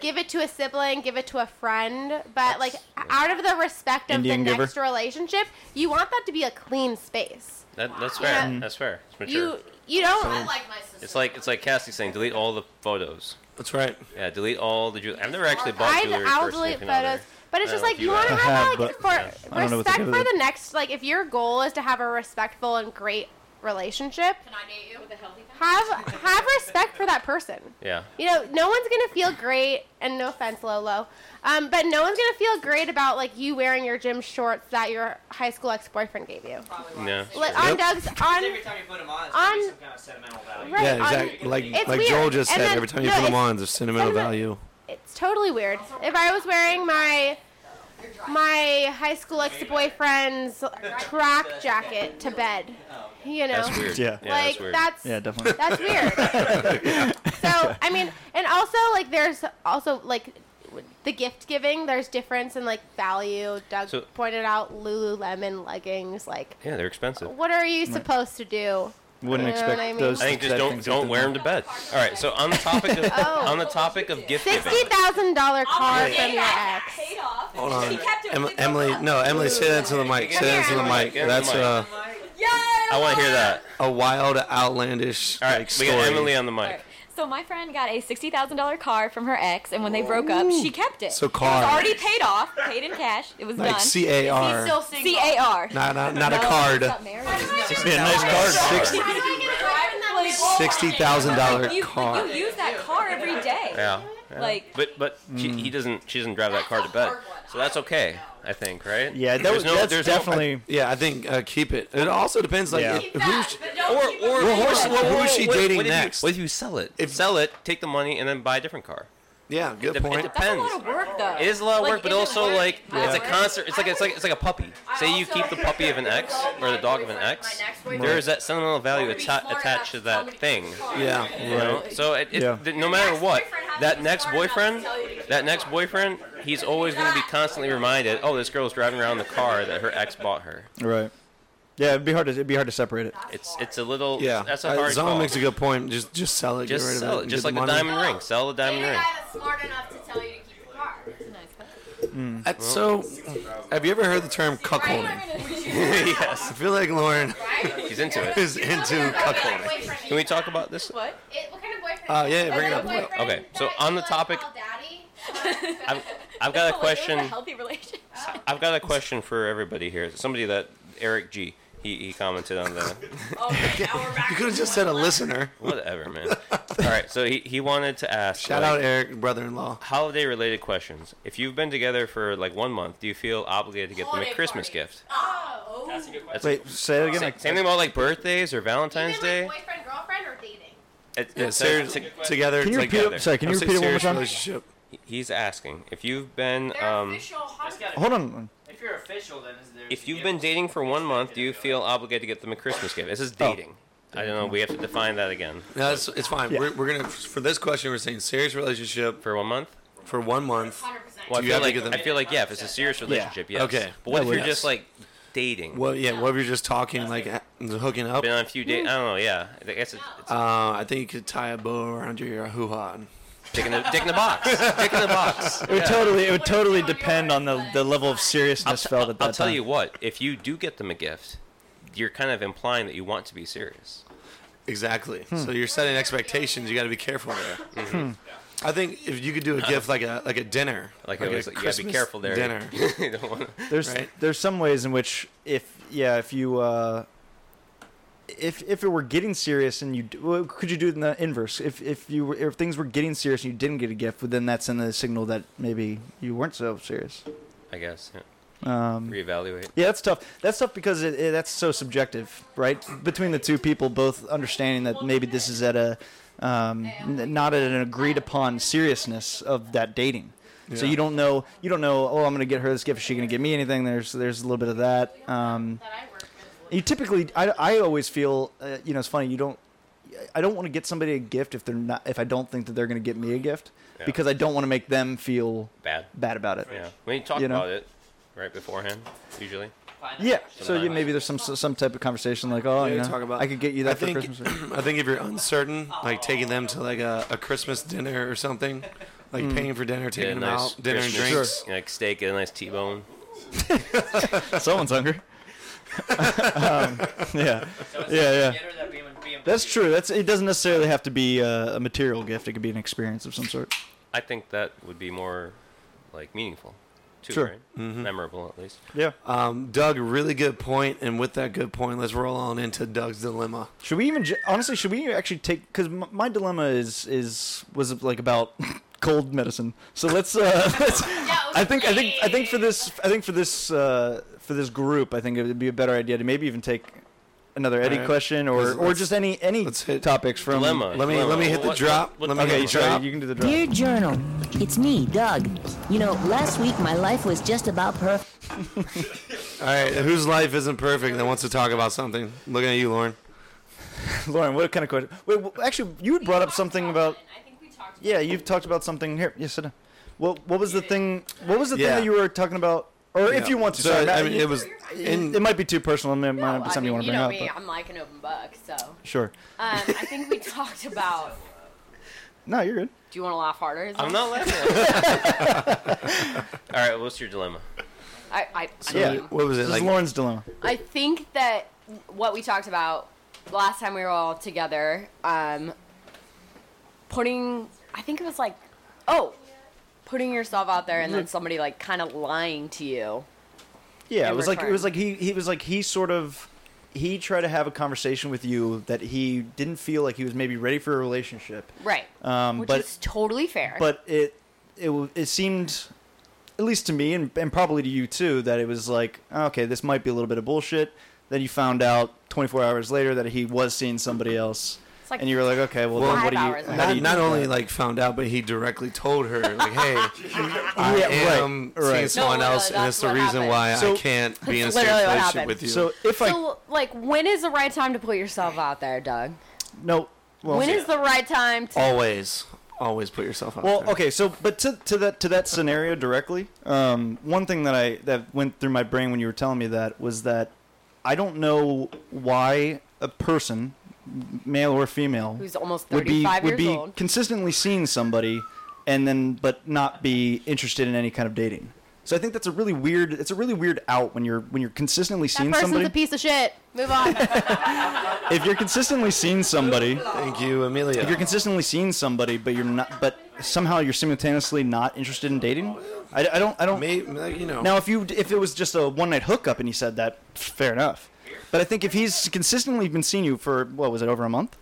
L: Give it to a sibling, give it to a friend, but like out of the respect of
B: Indian
L: the
B: giver.
L: next relationship, you want that to be a clean space.
B: That, that's fair.
L: Yeah.
B: That's fair. It's mature.
L: You you don't.
B: I like It's like it's like Cassie saying, delete all the photos.
C: That's right.
B: Yeah, delete all the jewelry. I've never actually bought
L: I'd,
B: jewelry.
L: I'll
B: for a
L: delete
B: significant other.
L: photos, but it's
B: I
L: just
B: don't
L: like
B: know if
L: you want to
B: have.
L: have
A: but-
L: like for
A: I don't know what to
L: respect
A: think of
L: for
A: it.
L: the next. Like if your goal is to have a respectful and great relationship,
N: Can I date you with a healthy?
L: have have respect for that person.
B: Yeah.
L: You know, no one's gonna feel great, and no offense, Lolo, um, but no one's gonna feel great about like you wearing your gym shorts that your high school ex boyfriend gave you.
B: Yeah.
L: Like on Doug's on
M: Every time you put 'em on, it's
L: on
M: gonna be some kind of sentimental value.
L: right,
C: yeah,
L: on-
C: exactly. Like
L: it's
C: like
L: weird.
C: Joel just
L: And
C: said,
L: then-
C: every time you
L: no,
C: put them
L: it's-
C: on, there's sentimental value.
L: It's totally weird. If I was wearing my my high school ex boyfriend's track jacket to bed, you know,
A: That's weird. Yeah. Yeah,
L: like
A: that's weird.
L: that's
A: Yeah,
B: [LAUGHS]
A: definitely.
L: that's weird.
C: [LAUGHS]
L: So I mean, and also like there's also like the gift giving. There's difference in like value. Doug
B: So-
L: pointed out Lululemon leggings. Like,
B: Yeah, they're expensive.
L: what are you
B: Right.
L: supposed to do? You know what I mean?
B: I think just don't don't wear them to bed. All right. So on the topic of
L: Oh.
B: on the topic of gift
L: Sixty
B: giving.
L: thousand dollar car
B: Wait.
L: from your ex.
C: Hold on. Em- Emily, no, Emily, say that to the mic. Say that to the mic.
B: Get in the
C: That's
B: mic.
C: uh,
P: Yes!
C: I
B: want to hear that.
C: A wild, outlandish. All right, like,
B: we got
C: story.
B: Emily on the mic.
P: So my friend got a sixty thousand dollar car from her ex, and when they broke up, she kept it.
C: So
P: It
C: car.
P: was already paid off, paid in cash. It was
C: Like
P: done.
C: C A R. Is he still
P: C A R.
C: Not not not a
P: No,
C: card.
P: he's not married.
C: Yeah, nice card. Sixty- Sixty thousand dollar
P: You-
C: car.
P: You use that car every day.
B: Yeah. yeah.
P: Like-
B: but but she,
C: Mm.
B: he doesn't. She doesn't drive that car to bed. So that's okay. I think, right? There's no- there's no-
C: yeah, I think uh, keep it. It also depends, like,
B: Yeah.
C: if, who's
B: or
C: Well, who is- well, who is she dating
B: what if you-
C: next?
B: what if you sell it? sell it, take the money, and then buy a different car.
C: Yeah, good
B: it, dep-
C: point.
B: It depends.
P: That's a lot of work, though.
B: It is a lot of
P: Like,
B: work, but
P: is it
B: also
P: worth-
B: like
P: Yeah.
B: it's a concert. It's like it's like it's like a puppy. Say you keep the puppy of an ex or the dog of an ex,
P: boyfriend-
B: there is that sentimental value atta- attached to that thing.
C: Yeah,
B: You know?
C: right.
B: So it, it,
C: Yeah.
B: th- no matter what, that next boyfriend, that next boyfriend, he's always going to be constantly reminded, oh, this girl's driving around the car that her ex bought her.
A: Right. Yeah, it'd be hard to it'd be hard to separate it.
B: It's it's a little
C: Yeah,
B: That's
C: Uh,
B: a hard
C: Zahn
B: call.
C: makes a good point. Just just sell it.
B: Just
C: get rid
B: sell
C: of it.
B: it,
C: and
B: just like
C: get the
B: the
C: money.
B: diamond ring. Sell the diamond ring.
D: that's smart enough to tell you to keep the car.
C: That's so. Have you ever heard the term cuckolding?
B: [LAUGHS]
C: yes. I feel like Lauren uh,
B: She's into it.
C: is into cuckolding.
B: Can we talk about this?
P: What?
L: what kind of boyfriend?
C: Oh, yeah, bring it up.
B: Okay, so on the topic, I've, I've got
P: Like, it was a
B: a question.
P: healthy
A: [LAUGHS]
P: relationship.
B: I've got a question for everybody here. Somebody that Eric G. He, he commented on the [LAUGHS]
C: You could have just said a listener.
B: whatever man. All right, so he, he wanted to ask.
C: Shout
B: like,
C: out Eric, brother-in-law.
B: Holiday related questions. If you've been together for like one month, do you feel obligated to get them a Christmas gift?
L: Oh.
M: That's a good question.
B: That's
A: Wait, say it again.
B: Same, same thing about Oh, like birthdays or Valentine's Day.
L: Boyfriend, girlfriend, or dating?
B: It-
C: Yeah,
B: it
C: ser-
B: says to-
C: together, Can you repeat it- together. sorry, can you
B: I'm saying
C: repeat it one more
B: serious
C: time?
B: relationship. He- He's asking if you've been um,
A: Hold on.
M: If you're official, then is there?
B: if you've been dating for one month, do you feel obligated to get them a Christmas gift?
C: Oh.
B: This is dating. I don't know. We have to define that again.
C: No, it's, it's fine. We're, we're gonna for this question. We're saying serious relationship
B: for one month.
C: For one month.
B: Well, I
C: Do
B: feel
C: you have to
B: like
C: get them-
B: I feel like yeah, if it's a serious relationship, yes.
C: Okay.
B: But what
C: That
B: if you're
C: works.
B: just like dating.
C: Well, yeah. What if you're just talking, like uh, hooking up?
B: Been on a few
A: Hmm.
B: dates. I don't know. Yeah, I guess it's
C: Uh, I think you could tie a bow around your hoo ha.
B: dick in the dick in
C: [LAUGHS]
B: the box. dick in the
A: [LAUGHS]
B: box.
A: It would
B: Yeah.
A: totally it would totally depend on the, the level of seriousness felt at that
B: I'll tell
A: time.
B: you what. If you do get them a gift, you're kind of implying that you want to be serious. [LAUGHS]
C: Exactly. So you're setting expectations. You got to be careful there. Mm-hmm.
B: Mhm.
C: I think if you could do a gift like a like a dinner,
B: Like, I was like, you gotta be
C: Christmas
B: careful there.
C: Dinner.
B: You don't wanna-
A: there's there's some ways in which if yeah if you uh, if if it were getting serious and you d- well, could you do it in the inverse if if you were, if things were getting serious and you didn't get a gift well, then that's in the signal that maybe you weren't so serious.
B: I guess. Yeah.
A: Um,
B: Reevaluate.
A: Yeah, that's tough. That's tough because it, it, that's so subjective, right? Between the two people, both understanding that maybe this is at a um, n- not at an agreed upon seriousness of that dating. So
C: Yeah.
A: you don't know. You don't know. Oh, I'm gonna get her this gift. Is she gonna get me anything? There's there's a little bit of that. Um, you typically, I, I always feel, uh, you know, it's funny. You don't. I don't want to get somebody a gift if they're not if I don't think that they're gonna get me a gift
B: Yeah.
A: because I don't want to make them feel
B: Bad.
A: bad about it.
B: Yeah. When you talk
A: You know?
B: about it right beforehand, usually.
A: Yeah. So you,
B: Sometimes.
A: maybe there's some some type of conversation like, oh,
C: Yeah,
A: you
C: you
A: know,
C: talk about-
A: I could get you that
C: I
A: for
C: think,
A: Christmas.
C: [LAUGHS] I think if you're uncertain, like taking them to like a, a Christmas dinner or something, like
A: Mm.
C: paying for dinner, taking
B: Yeah,
C: them
B: nice
C: out, dinner
B: Christmas,
C: and drinks.
B: Like steak, get a nice T-bone.
A: Someone's hungry. [LAUGHS] um, yeah, yeah, yeah. That's true. That's it. Doesn't necessarily have to be uh, a material gift. It could be an experience of some sort.
B: I think that would be more like meaningful, too,
A: Sure.
B: right? Memorable at least.
A: Yeah.
C: Um, Doug, really good point, and with that good point, let's roll on into Doug's dilemma.
A: Should we even ju- honestly? Should we actually take? Because m- my dilemma is is was like about [LAUGHS] cold medicine. So let's. Uh, [LAUGHS] let's I think I think I think for this I think for this uh, for this group I think it would be a better idea to maybe even take another Eddie
C: All right.
A: question or
C: Let's-
A: or
C: let's-
A: just any any topics from
C: Dilemma. Let me- let me hit the What- drop. what- what Let me
A: okay,
C: hit the
A: sorry,
C: drop.
A: you can do the drop.
Q: Dear Journal, it's me, Doug. You know, last week my life was just about perfect.
C: All right, whose life isn't perfect that wants to talk about something? Looking at you, Lauren.
A: [LAUGHS] Lauren, what kind of question? Wait, well, actually, you had brought up something about. Yeah, you've talked about something here. Yes, sit down. What What was the thing? What was the
C: Yeah.
A: thing that you were talking about? Or if
C: Yeah.
A: you want to,
C: So,
A: sorry,
C: I
A: Matt,
C: mean,
A: you-
C: it was in-
A: it might be too personal. and It might
N: Well,
A: not be
N: I
A: something
N: mean,
A: you want to
N: you
A: bring
N: know
A: up.
N: me,
A: but-
N: I'm like an open book, so. Um,
A: Sure.
N: I think we [LAUGHS] talked about.
A: No, you're good.
N: Do you want to laugh harder? Is
B: I'm
N: that-
B: not laughing. All right, what's your dilemma?
N: I, I, I
A: yeah.
N: mean,
C: What was it
A: This
C: like-
A: Is Lauren's dilemma.
N: I think that what we talked about last time we were all together, um, putting, I think it was like, oh, putting yourself out there and then somebody like kind of lying to you.
A: Yeah, it
N: in
A: was like it
N: return.
A: was like he he was like he sort of he tried to have a conversation with you that he didn't feel like he was maybe ready for a relationship.
N: Right.
A: Um,
N: Which
A: but
N: is totally fair.
A: but it it w- it seemed at least to me and, and probably to you too that it was like oh, okay this might be a little bit of bullshit then you found out 24 hours later that he was seeing somebody else
N: It's like
A: and you were like okay well, then what do you how do
C: Not,
A: you
C: not
A: do
C: only
A: that?
C: like found out, but he directly told her, like,
A: [LAUGHS]
C: "Hey, I
A: Yeah, right,
C: am seeing
A: right.
C: someone
A: No, no,
C: else, and
A: that's
C: it's the
A: what
C: reason
A: happened.
C: why I
A: So-
C: can't be in a
N: That's
C: serious
N: literally what
C: relationship
N: happened.
C: with you."
A: so if i
N: so, like, when is the right time to put yourself out there, Doug?
A: no well,
N: when is the right time to.
C: always, always put yourself out
A: well
C: there.
A: okay so but to, to that to that scenario directly um, one thing that i that went through my brain when you were telling me that was that i don't know why a person m- male or female
N: Who's almost
A: would be
N: 35
A: would
N: years
A: be
N: old.
A: consistently seeing somebody and then but not be interested in any kind of dating so i think that's a really weird it's a really weird out when you're when you're consistently
L: That
A: seeing
L: person's
A: somebody
L: a piece of shit. Move
A: [LAUGHS]
L: on.
A: if you're consistently seeing somebody
C: thank you amelia
A: if you're consistently seeing somebody but you're not but somehow you're simultaneously not interested in dating i, I don't i don't
C: you know
A: now if you if it was just a one night hookup and he said that pff, fair enough but i think if he's consistently been seeing you for what was it over a month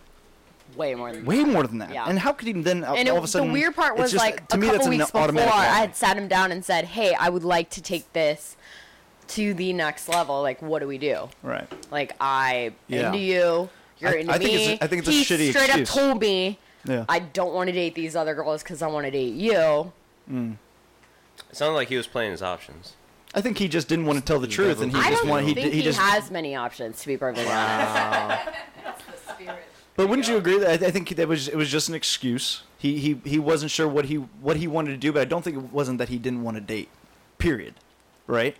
N: Way more than
A: way more than that
N: Yeah.
A: and how could he then all,
N: and it,
A: all of a sudden
N: the weird part
A: it's
N: was
A: just-
N: like
A: to
N: a
A: me that's
N: couple
A: an
N: weeks before
A: automatic
N: I
A: lie.
N: had sat him down and said, "Hey, I would like to take this to the next level. Like, what do we do?
A: right
N: Like, I
A: Yeah.
N: into you, you're
A: I-
N: into
A: I
N: me.
A: think it's a- I think it's a
N: he
A: shitty
N: straight
A: excuse.
N: up told me,
A: Yeah.
N: I don't want to date these other girls because I want to date you.
B: It sounded like he was playing his options.
A: i think he just didn't want to tell the truth and he
N: I
A: just
N: don't
A: wanted he,
N: think
A: did-
N: he,
A: he just
N: has many options to be perfectly honest.
A: But wouldn't you agree that I, I think that was it was just an excuse? He he he wasn't sure what he what he wanted to do, but I don't think it wasn't that he didn't want to date. Period. Right?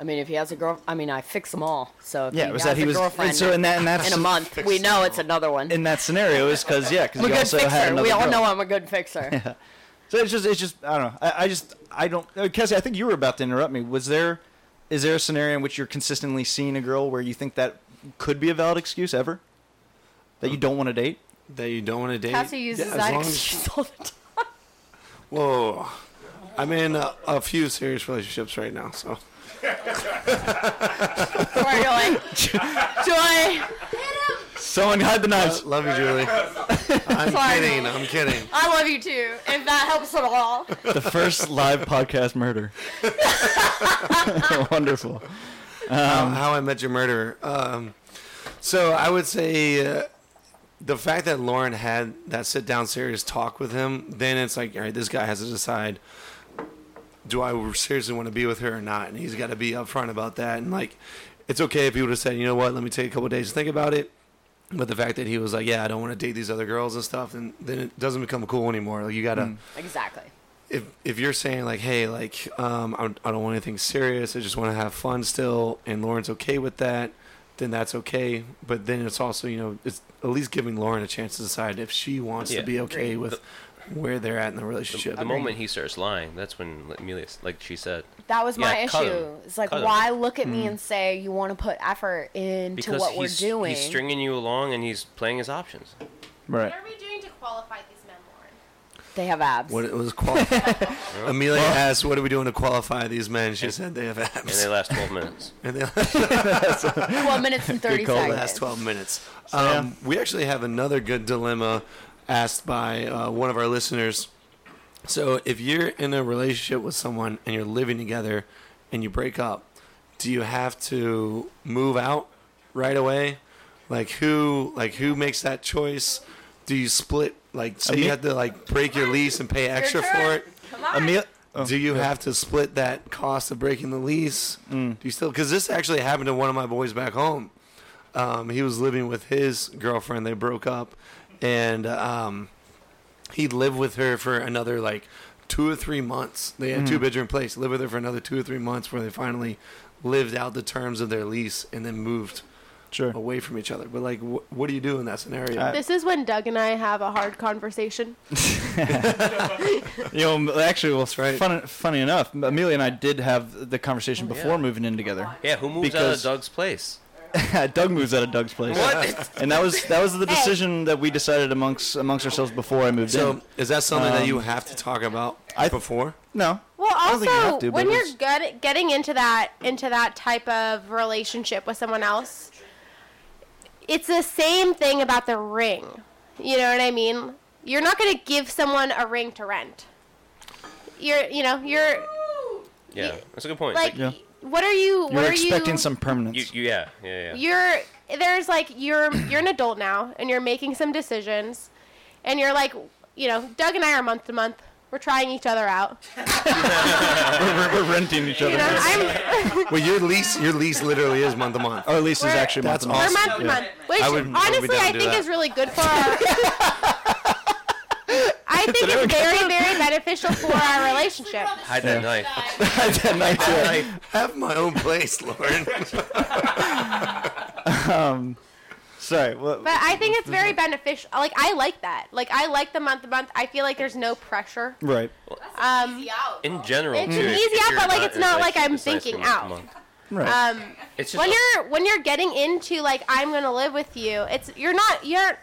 N: I mean, if he has a girl, I mean, I fix them all. So if
A: Yeah,
N: he
A: it was
N: has
A: that he
N: a
A: was- and
N: girlfriend
A: so- and that- and that's-
N: in a month,
A: Fix
N: we
A: them
N: know it's another one.
A: in that scenario is because
N: [LAUGHS]
A: yeah, because
N: I'm a
A: you
N: good
A: also
N: fixer.
A: had another.
N: we all
A: girl.
N: know I'm a good
A: [LAUGHS]
N: fixer.
A: Yeah. So it's just it's just I don't know. I, I just I don't. Uh, Cassie, I think you were about to interrupt me. Was there is there a scenario in which you're consistently seeing a girl where you think that could be a valid excuse ever that you don't want to date?
C: That you don't want to date.
N: Cassie uses
C: as
N: that [LAUGHS]
C: long as-
N: excuse all the time.
C: [LAUGHS] Whoa, I'm in a, a few serious relationships right now, so.
N: Where you're like, Joy,
A: Someone hide the knives.
C: love you,
N: [LAUGHS]
C: Julie. I'm
N: Sorry.
C: kidding. I'm kidding.
N: I love you too. If that helps at all.
A: The first live podcast [LAUGHS] murder. Wonderful.
C: How- how I Met Your Murderer. Um, so I would say uh, the fact that Lauren had that sit down serious talk with him, then it's like, all right, this guy has to decide do I seriously want to be with her or not? And he's got to be upfront about that. And like, it's okay if he would have said, you know what, let me take a couple days to think about it. But the fact that he was like, yeah, I don't want to date these other girls and stuff, and then it doesn't become cool anymore. Like, you got to
N: Exactly.
C: if if you're saying like, hey, like, um, I, I don't want anything serious. I just want to have fun still, and Lauren's okay with that, then that's okay. But then it's also, you know, it's at least giving Lauren a chance to decide if she wants
B: Yeah.
C: to be okay
B: Agreed.
C: with where they're at in the relationship.
B: The moment he starts lying, that's when Amelia, like she said,
N: That was my
B: Yeah, cut
N: issue.
B: him.
N: It's like,
B: Cut him.
N: why look at me
B: Mm.
N: and say you want to put effort into
B: because
N: what we're
B: he's,
N: doing?
B: he's stringing you along and he's playing his options.
A: Right.
D: What are we doing to qualify these men more?
N: They have abs. [LAUGHS]
C: What it
B: [LAUGHS]
C: was qualified. Amelia asked, "What are we doing to qualify these men?" She said they have abs. And [LAUGHS]
B: they last
A: [LAUGHS]
B: 12 minutes. [LAUGHS]
C: and they
N: 12 minutes and 30
C: Good call.
N: seconds.
C: Last 12 minutes. Um, We actually have another good dilemma asked by uh, one of our listeners. So, if you're in a relationship with someone and you're living together and you break up, do you have to move out right away? Like who? Like who makes that choice? Do you split? Like say you
A: Ami-
C: have to like break your lease and pay extra for it? do you have to split that cost of breaking the lease? Do you still? Because this actually happened to one of my boys back home. Um, he was living with his girlfriend. They broke up, and um, he lived with her for another like two or three months. They had
A: Mhm.
C: two bedroom place. Lived with her for another two or three months, where they finally lived out the terms of their lease and then moved away from each other. But like, wh- what do you do in that scenario?
L: this is when Doug and I have a hard conversation.
A: You know, m- actually, well, fun, funny enough, Amelia and I did have the conversation
L: Oh,
A: before moving in together.
B: Yeah, who moves out of
A: Because-
B: Doug's place?
A: [LAUGHS] Doug moves out of Doug's place.
B: What?
A: [LAUGHS] and that was that was the decision that we decided amongst amongst ourselves before I moved in.
C: so, is that something that
A: Um,
C: you have to talk about before?
A: No.
L: Well,
A: I don't
L: also
A: think you have to,
L: when
A: but
L: you're
A: it's-
L: good, getting into that into that type of relationship with someone else, it's the same thing about the ring. You know what I mean? You're not going to give someone a ring to rent. You're, you know, you're.
B: Yeah, that's a good point.
L: like, Yeah. What are you? What
A: You're
L: are
A: expecting
L: you?
A: some permanence.
B: You, you, yeah, yeah, yeah.
L: you're there's like you're you're an adult now and you're making some decisions and you're like you know doug and i are month to month we're trying each other out
A: we're, [LAUGHS] we're- we're renting each other.
C: well, your lease, your lease literally is month to month. Our
A: lease is We're- actually month
C: that's
A: to month.
C: Awesome.
L: we're month to month which
C: I would- I would be
L: honestly
C: down
L: i
C: to do
L: think
C: that.
L: is really good for our i think it's very very beneficial for our relationship
B: Hide that knife.
A: Hide [LAUGHS] that knife.
C: I have my own place, Lauren.
A: um, sorry. What,
L: but i think it's very beneficial like i like that like i like the month to month i feel like there's no pressure
A: right.
L: um
B: In general,
L: It's
B: too.
L: an
B: if
L: easy out,
B: you're
L: but, like, it's
B: in a
L: not like
B: relationship,
L: I'm
B: it's nice
L: thinking
B: for
L: out.
B: month to month.
L: Um,
B: It's just
L: when you're when you're getting into like I'm gonna live with you, it's you're not you're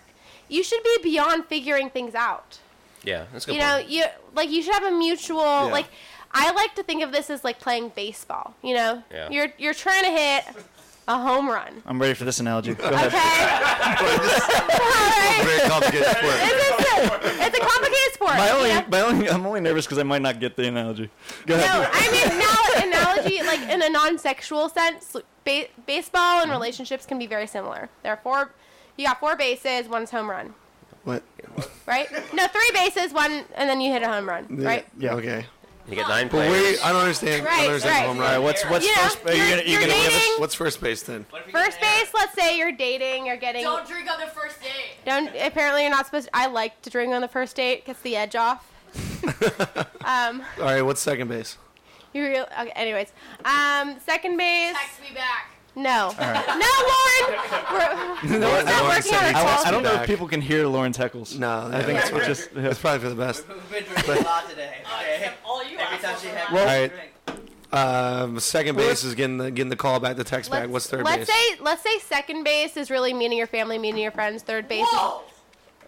L: you should be beyond figuring things out.
B: Yeah, that's a good
L: You know, you like you should have a mutual
B: Yeah.
L: like. I like to think of this as like playing baseball. You know,
A: Yeah.
L: you're you're trying to hit a home run.
A: I'm ready for this analogy. Go
L: uh,
A: ahead.
C: Very complicated
L: [LAUGHS]
C: sport.
L: It's a complicated sport.
A: My only,
L: you know?
A: my only, I'm only nervous because I might not get the analogy. Go ahead.
L: I mean, now analogy like in a non-sexual sense, ba- baseball and relationships can be very similar. There are four. You got four bases, one's home run.
C: What?
L: Right? No, three bases, one, and then you hit a home run. Right?
C: Yeah. Okay.
B: You get nine
C: But
B: players.
C: wait, I don't understand. I
L: Right,
C: don't understand
L: right.
C: home
L: All right,
C: run.
A: what's- what's
L: Yeah, first- are you you're- gonna- you're you're gonna give us- dating-
C: What's first base then?
L: First base, let's say you're dating, you're getting. Don't drink on the first date. Don't. Apparently, you're not supposed. to. I like to drink on the first date. Gets the edge off. um,
C: All right. What's second base?
L: You real? Okay. Anyways, um, second base.
D: Text me back.
L: No.
A: All right.
L: [LAUGHS] No, Warren. We're- Warren's not working on a
A: I,
L: call.
A: I don't know if people can hear Lauren's heckles.
C: No,
A: I
L: [LAUGHS]
A: think it's
C: that's-
A: just.
C: It's probably for the best.
M: We've been drinking a lot today. Okay. All you Every time she had
C: All [LAUGHS] right. Um, second base is getting the, getting the call back, the text back. What's third base?
L: Let's say let's say second base is really meeting your family, meeting your friends. Third base. Is,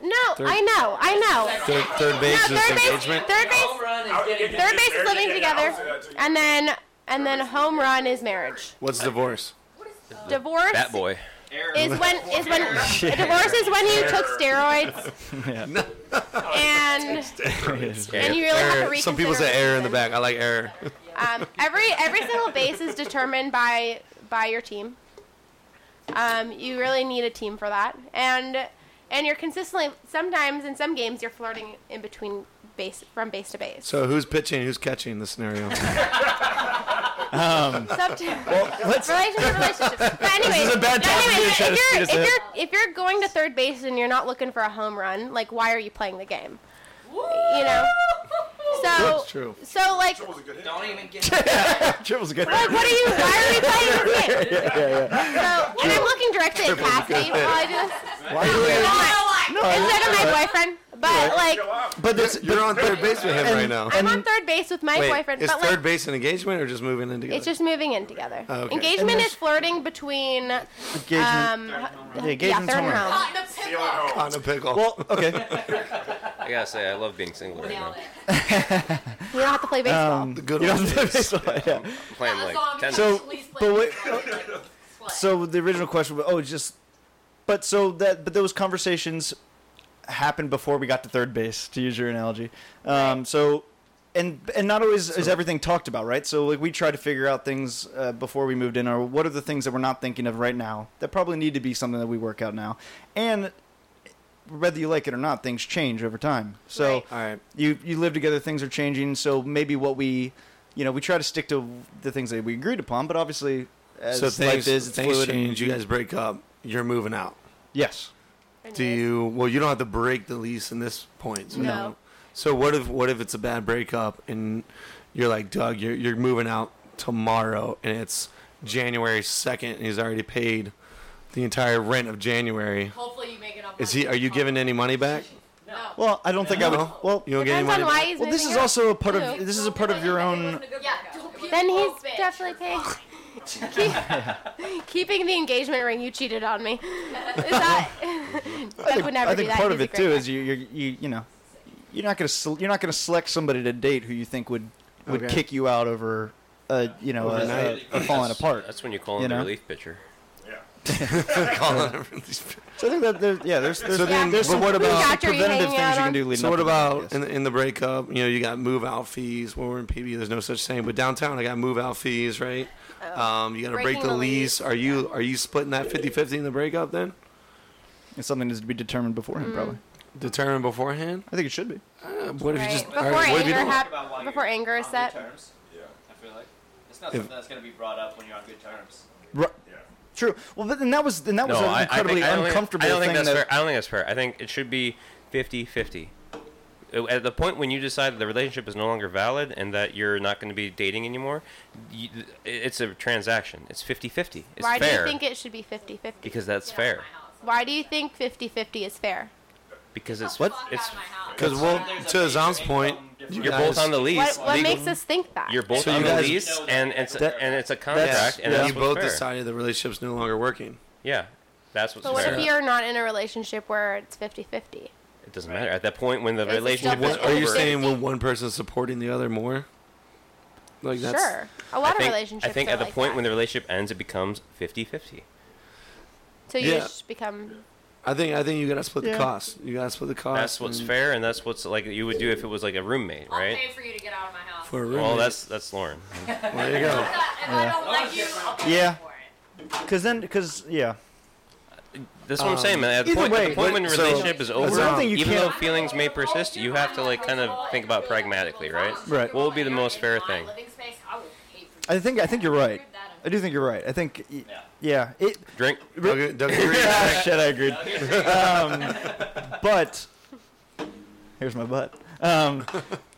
L: no,
C: Third-
L: I know, I know.
C: Third, third base
L: no,
C: is
L: third base,
C: engagement.
L: Third base, third base is living together, and then and then home run is marriage.
C: What's divorce?
L: Divorce
B: Bat boy.
L: is when is when a divorce is when you took steroids and And you really have to
C: Error. Some people say error in the back. I like error.
L: um, every every single base is determined by by your team. Um, you really need a team for that, and and you're consistently sometimes in some games you're flirting in between base from base to base.
C: So who's pitching? Who's catching? The scenario. [LAUGHS]
A: um,
L: Subject. [LAUGHS] relationship, relationship. But anyway,
C: This is a bad time to
L: if,
C: try to
L: you're,
C: speed us
L: if,
C: up.
L: you're, if you're going to third base and you're not looking for a home run, like why are you playing the game? You know. So
A: That's true.
L: [LAUGHS] so like
M: Don't even get.
A: Triple's good.
L: Like, what are
A: [LAUGHS]
L: you? Why are we playing this game?
A: yeah, yeah, yeah.
L: So, and I'm looking directly at
A: Triple
L: Cassie
A: good.
L: while I do
A: [LAUGHS]
L: this.
A: Why are you looking at
L: Not
A: No,
L: my-
A: I-
L: Instead of
A: Right.
L: my boyfriend, but
C: Right.
L: like
A: But this,
C: You're on third base with him
L: And-
C: right now.
L: I'm on third base with my
C: Wait,
L: boyfriend,
C: Is
L: but
C: third
L: like
C: base an engagement or just moving in together?
L: it's just moving in together.
C: Oh, okay. And
L: Engagement
C: there's-
L: is flirting between um,
A: Engagement- Yeah, engagement's
L: yeah, third
A: home.
L: and home.
D: Uh,
C: on a pickle.
A: Well, okay.
B: I gotta say, I love being single right now.
L: You don't have to play baseball.
A: Um, you don't play baseball. [LAUGHS] Yeah.
B: I'm playing like tennis.
A: So, but wait, uh, so the original question was, oh, just, but so that, but those conversations happened before we got to third base, to use your analogy. Um, so, and and not always is everything talked about, right? So, like, we try to figure out things uh, before we moved in, or what are the things that we're not thinking of right now that probably need to be something that we work out now, and whether you like it or not, things change over time. So
C: All right.
A: you you live together, things are changing. So maybe what we, you know, we try to stick to the things that we agreed upon. But obviously, as
C: so
A: life
C: things,
A: is, it's
C: things
A: fluid. and-
C: change. You guys break up. You're moving out.
A: Yes.
C: Do you? Well, you don't have to break the lease in this point. So
A: No.
C: So what if what if it's a bad breakup and you're like Doug, you're you're moving out tomorrow and it's January second and he's already paid the entire rent of January.
D: Hopefully you make it up.
C: Is he? Are you giving any money back?
A: Well, I don't think I would.
C: No?
A: Well,
C: You don't get any money. back?
L: he's
A: well, this
L: moving
A: is
L: out,
A: also a part
L: too.
A: of this is a part of your own.
D: Yeah, don't be
L: Then
D: a
L: he's
D: little bitch.
L: definitely paying. [LAUGHS] Keeping the engagement ring, you cheated on me. [LAUGHS] Is that? [LAUGHS]
A: I
L: Doug
A: think,
L: would never
A: I think
L: do that.
A: part
L: He's
A: of
L: a
A: it
L: great
A: too
L: guy.
A: is you you you you know, you're not gonna sel- you're not gonna select somebody to date who you think would would
C: Okay.
A: kick you out over. Uh, you know, a,
B: Overnight.
A: a, a falling
B: That's-
A: apart.
B: That's when you call in
A: you
B: the
A: know?
B: relief pitcher.
C: Calling [LAUGHS] it a release.
A: So I think that there's yeah, there's there's,
C: So then,
A: there's
C: but
A: some
C: what about-
A: some
L: Doctor, you
A: preventative
L: hanging
A: things
L: out
A: you
L: on-
A: can do leading
C: So
A: up
C: what
A: to that, I
C: about
A: guess.
C: in the, in the breakup? You know, you got move out fees. When we're in PB, there's no such thing. But downtown, I got move out fees, right? um, you got to break
L: breaking
C: the
L: the
C: lease. Are you are you splitting that 50-50 in the breakup then?
A: It's something that's to be determined
L: Mm-hmm.
A: beforehand, probably.
C: Determined beforehand.
A: I think it should be.
C: Uh, what if you just
L: Right. Before
C: all right, what if you
L: anger
C: don't?
L: hap- before anger is set.
M: Terms. Yeah. I feel like it's not
A: If-
M: something that's gonna be brought up when you're on good terms.
A: Right. True. Well, but then that was then that was
B: no,
A: an
B: I, I
A: incredibly
B: think, I don't
A: uncomfortable
B: think, I don't think
A: thing
B: that's
A: that.
B: fair. I don't think that's fair. I think it should be 50-50. Uh, At the point when you decide that the relationship is no longer valid and that you're not going to be dating anymore, you, it's a transaction. It's 50-50. It's
L: Why do
B: fair
L: you think it should be 50 50?
B: because that's fair.
L: Why do you think 50 50 is fair?
B: Because it's what it's
C: Because well, to Azam's point, you
B: You're
C: guys-
B: both on the lease.
L: What, what
B: legal-
L: makes us think that?
B: You're both
C: So
B: on
C: you
B: the
C: guys-
B: lease, and it's a, and it's a
C: That's-
B: contract, and that's
C: you
B: what's
C: both
B: fair.
C: decided the relationship's no longer working.
B: Yeah, that's what's
L: But what
B: fair.
L: if you're not in a relationship where it's 50 50?
B: It doesn't matter at that point when the
L: It's a
B: relationship
L: double-
B: is
L: What-
B: over.
C: Are you saying
L: [LAUGHS]
C: when one person's supporting the other more? Like that's
L: Sure. A
B: I
L: lot
B: think,
L: of relationships
B: I think
L: are
B: at the
L: like
B: point
L: that.
B: when the relationship ends, it becomes 50-50.
L: So you
C: Yeah.
L: just become.
C: I think I think you gotta split
L: Yeah.
C: the cost. You gotta split the cost.
B: That's what's
C: and-
B: fair, and that's what's like you would do if it was like a roommate, right?
D: Pay for you to get out of my house.
C: For a
B: Well,
C: roommate.
B: that's that's Lauren.
C: There
A: [LAUGHS]
C: you go.
D: If I don't like you, I'll pay
A: Yeah.
D: for it.
A: Because then, because yeah,
B: That's what I'm
A: Um,
B: saying, man. At the
A: either
B: point, at the
A: way,
B: point when
A: but-
B: the
A: so-
B: relationship is
A: That's
B: over,
A: something you
B: even
A: can't-
B: though feelings may persist, you have to like kind of think about pragmatically, right?
A: Right.
B: What would be the most fair thing?
D: Living space, I will pay for
A: I think I think you're right. I do think you're right. I think y- yeah, it.
B: Drink.
C: Doug, Doug agrees.
A: Ah, [LAUGHS] shit, I agreed. Um, but here's my butt. Um,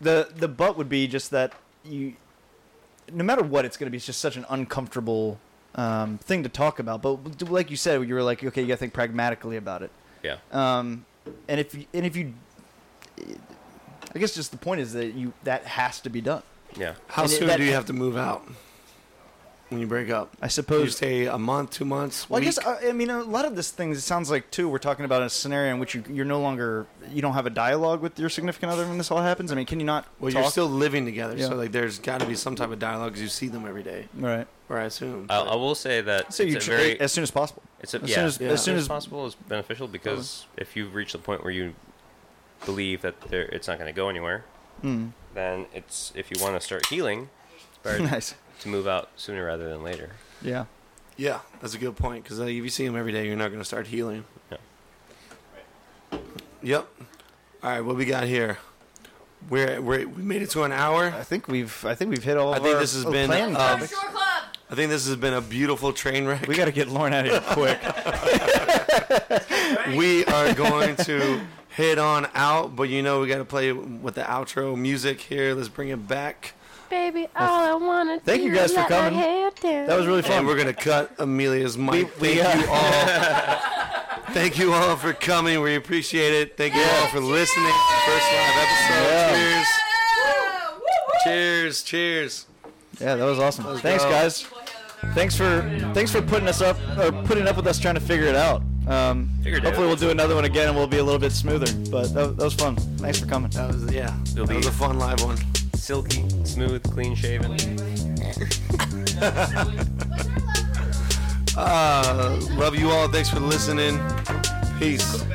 A: the the butt would be just that you no matter what, it's going to be just such an uncomfortable um, thing to talk about. But d- like you said, you were like, okay, you got to think pragmatically about it.
B: Yeah.
A: Um, and if you- and if you, I guess just the point is that you that has to be done.
B: Yeah.
C: [LAUGHS] How
A: And it-
C: soon
A: that-
C: do you have to move out when you break up?
A: I suppose
C: you stay a month, two months.
A: Well, I
C: week?
A: guess uh, I, I mean a lot of this things. It sounds like too we're talking about a scenario in which you you're no longer you don't have a dialogue with your significant other when this all happens. I mean, can you not?
C: Well,
A: talk?
C: you're still living together,
A: Yeah.
C: so like there's got to be some type of dialogue 'cause you see them every day,
A: right?
C: Or I assume.
A: Uh,
B: I, I will say that
A: So you
B: it's a
A: tr-
B: very
A: as soon as possible.
B: It's a,
A: As
B: yeah,
A: soon as- as soon as-
B: possible is beneficial because
A: Uh-huh.
B: if you reach the point where you believe that there, it's not going to go anywhere,
A: Mm.
B: then it's if you want to start healing, better
A: [LAUGHS] [LAUGHS] Nice.
B: to move out sooner rather than later.
A: Yeah.
C: Yeah, that's a good point because like, if you see them every day, you're not going to start healing.
B: Yeah.
C: Yep. All right, what we got here? We're, we're we made it to an hour. I
A: think we've I think we've hit all.
C: I
A: of
C: think
A: our-
C: this has
A: our
C: been.
A: planned
D: um,
C: uh,
A: topics.
C: I think this has been a beautiful train wreck.
A: We got to get Lauren out of here [LAUGHS] quick.
C: [LAUGHS] we are going to head on out, but you know we got to play with the outro music here. Let's bring it back.
L: Baby, all I wanna
C: thank
L: do
C: you guys
L: is
C: for
L: let my
C: coming.
L: hair down.
C: And we're gonna cut Amelia's mic.
A: we,
C: thank
A: uh,
C: you all. thank you all for coming. We appreciate it. Thank you all for listening. to the First live episode. Cheers. Cheers. Cheers.
A: Yeah, that was awesome.
C: Let's
A: thanks,
C: go.
A: guys. Thanks for thanks for putting us up or putting up with us trying to figure it out. Um,
B: Figured it
A: hopefully,
B: out.
A: we'll do another one again and we'll be a little bit smoother. But that, that was fun. Thanks for coming.
C: That was yeah.
B: It'll
C: That
B: be
C: was a fun live one.
B: silky, smooth, clean shaven.
C: Uh, love you all. Thanks for listening. Peace.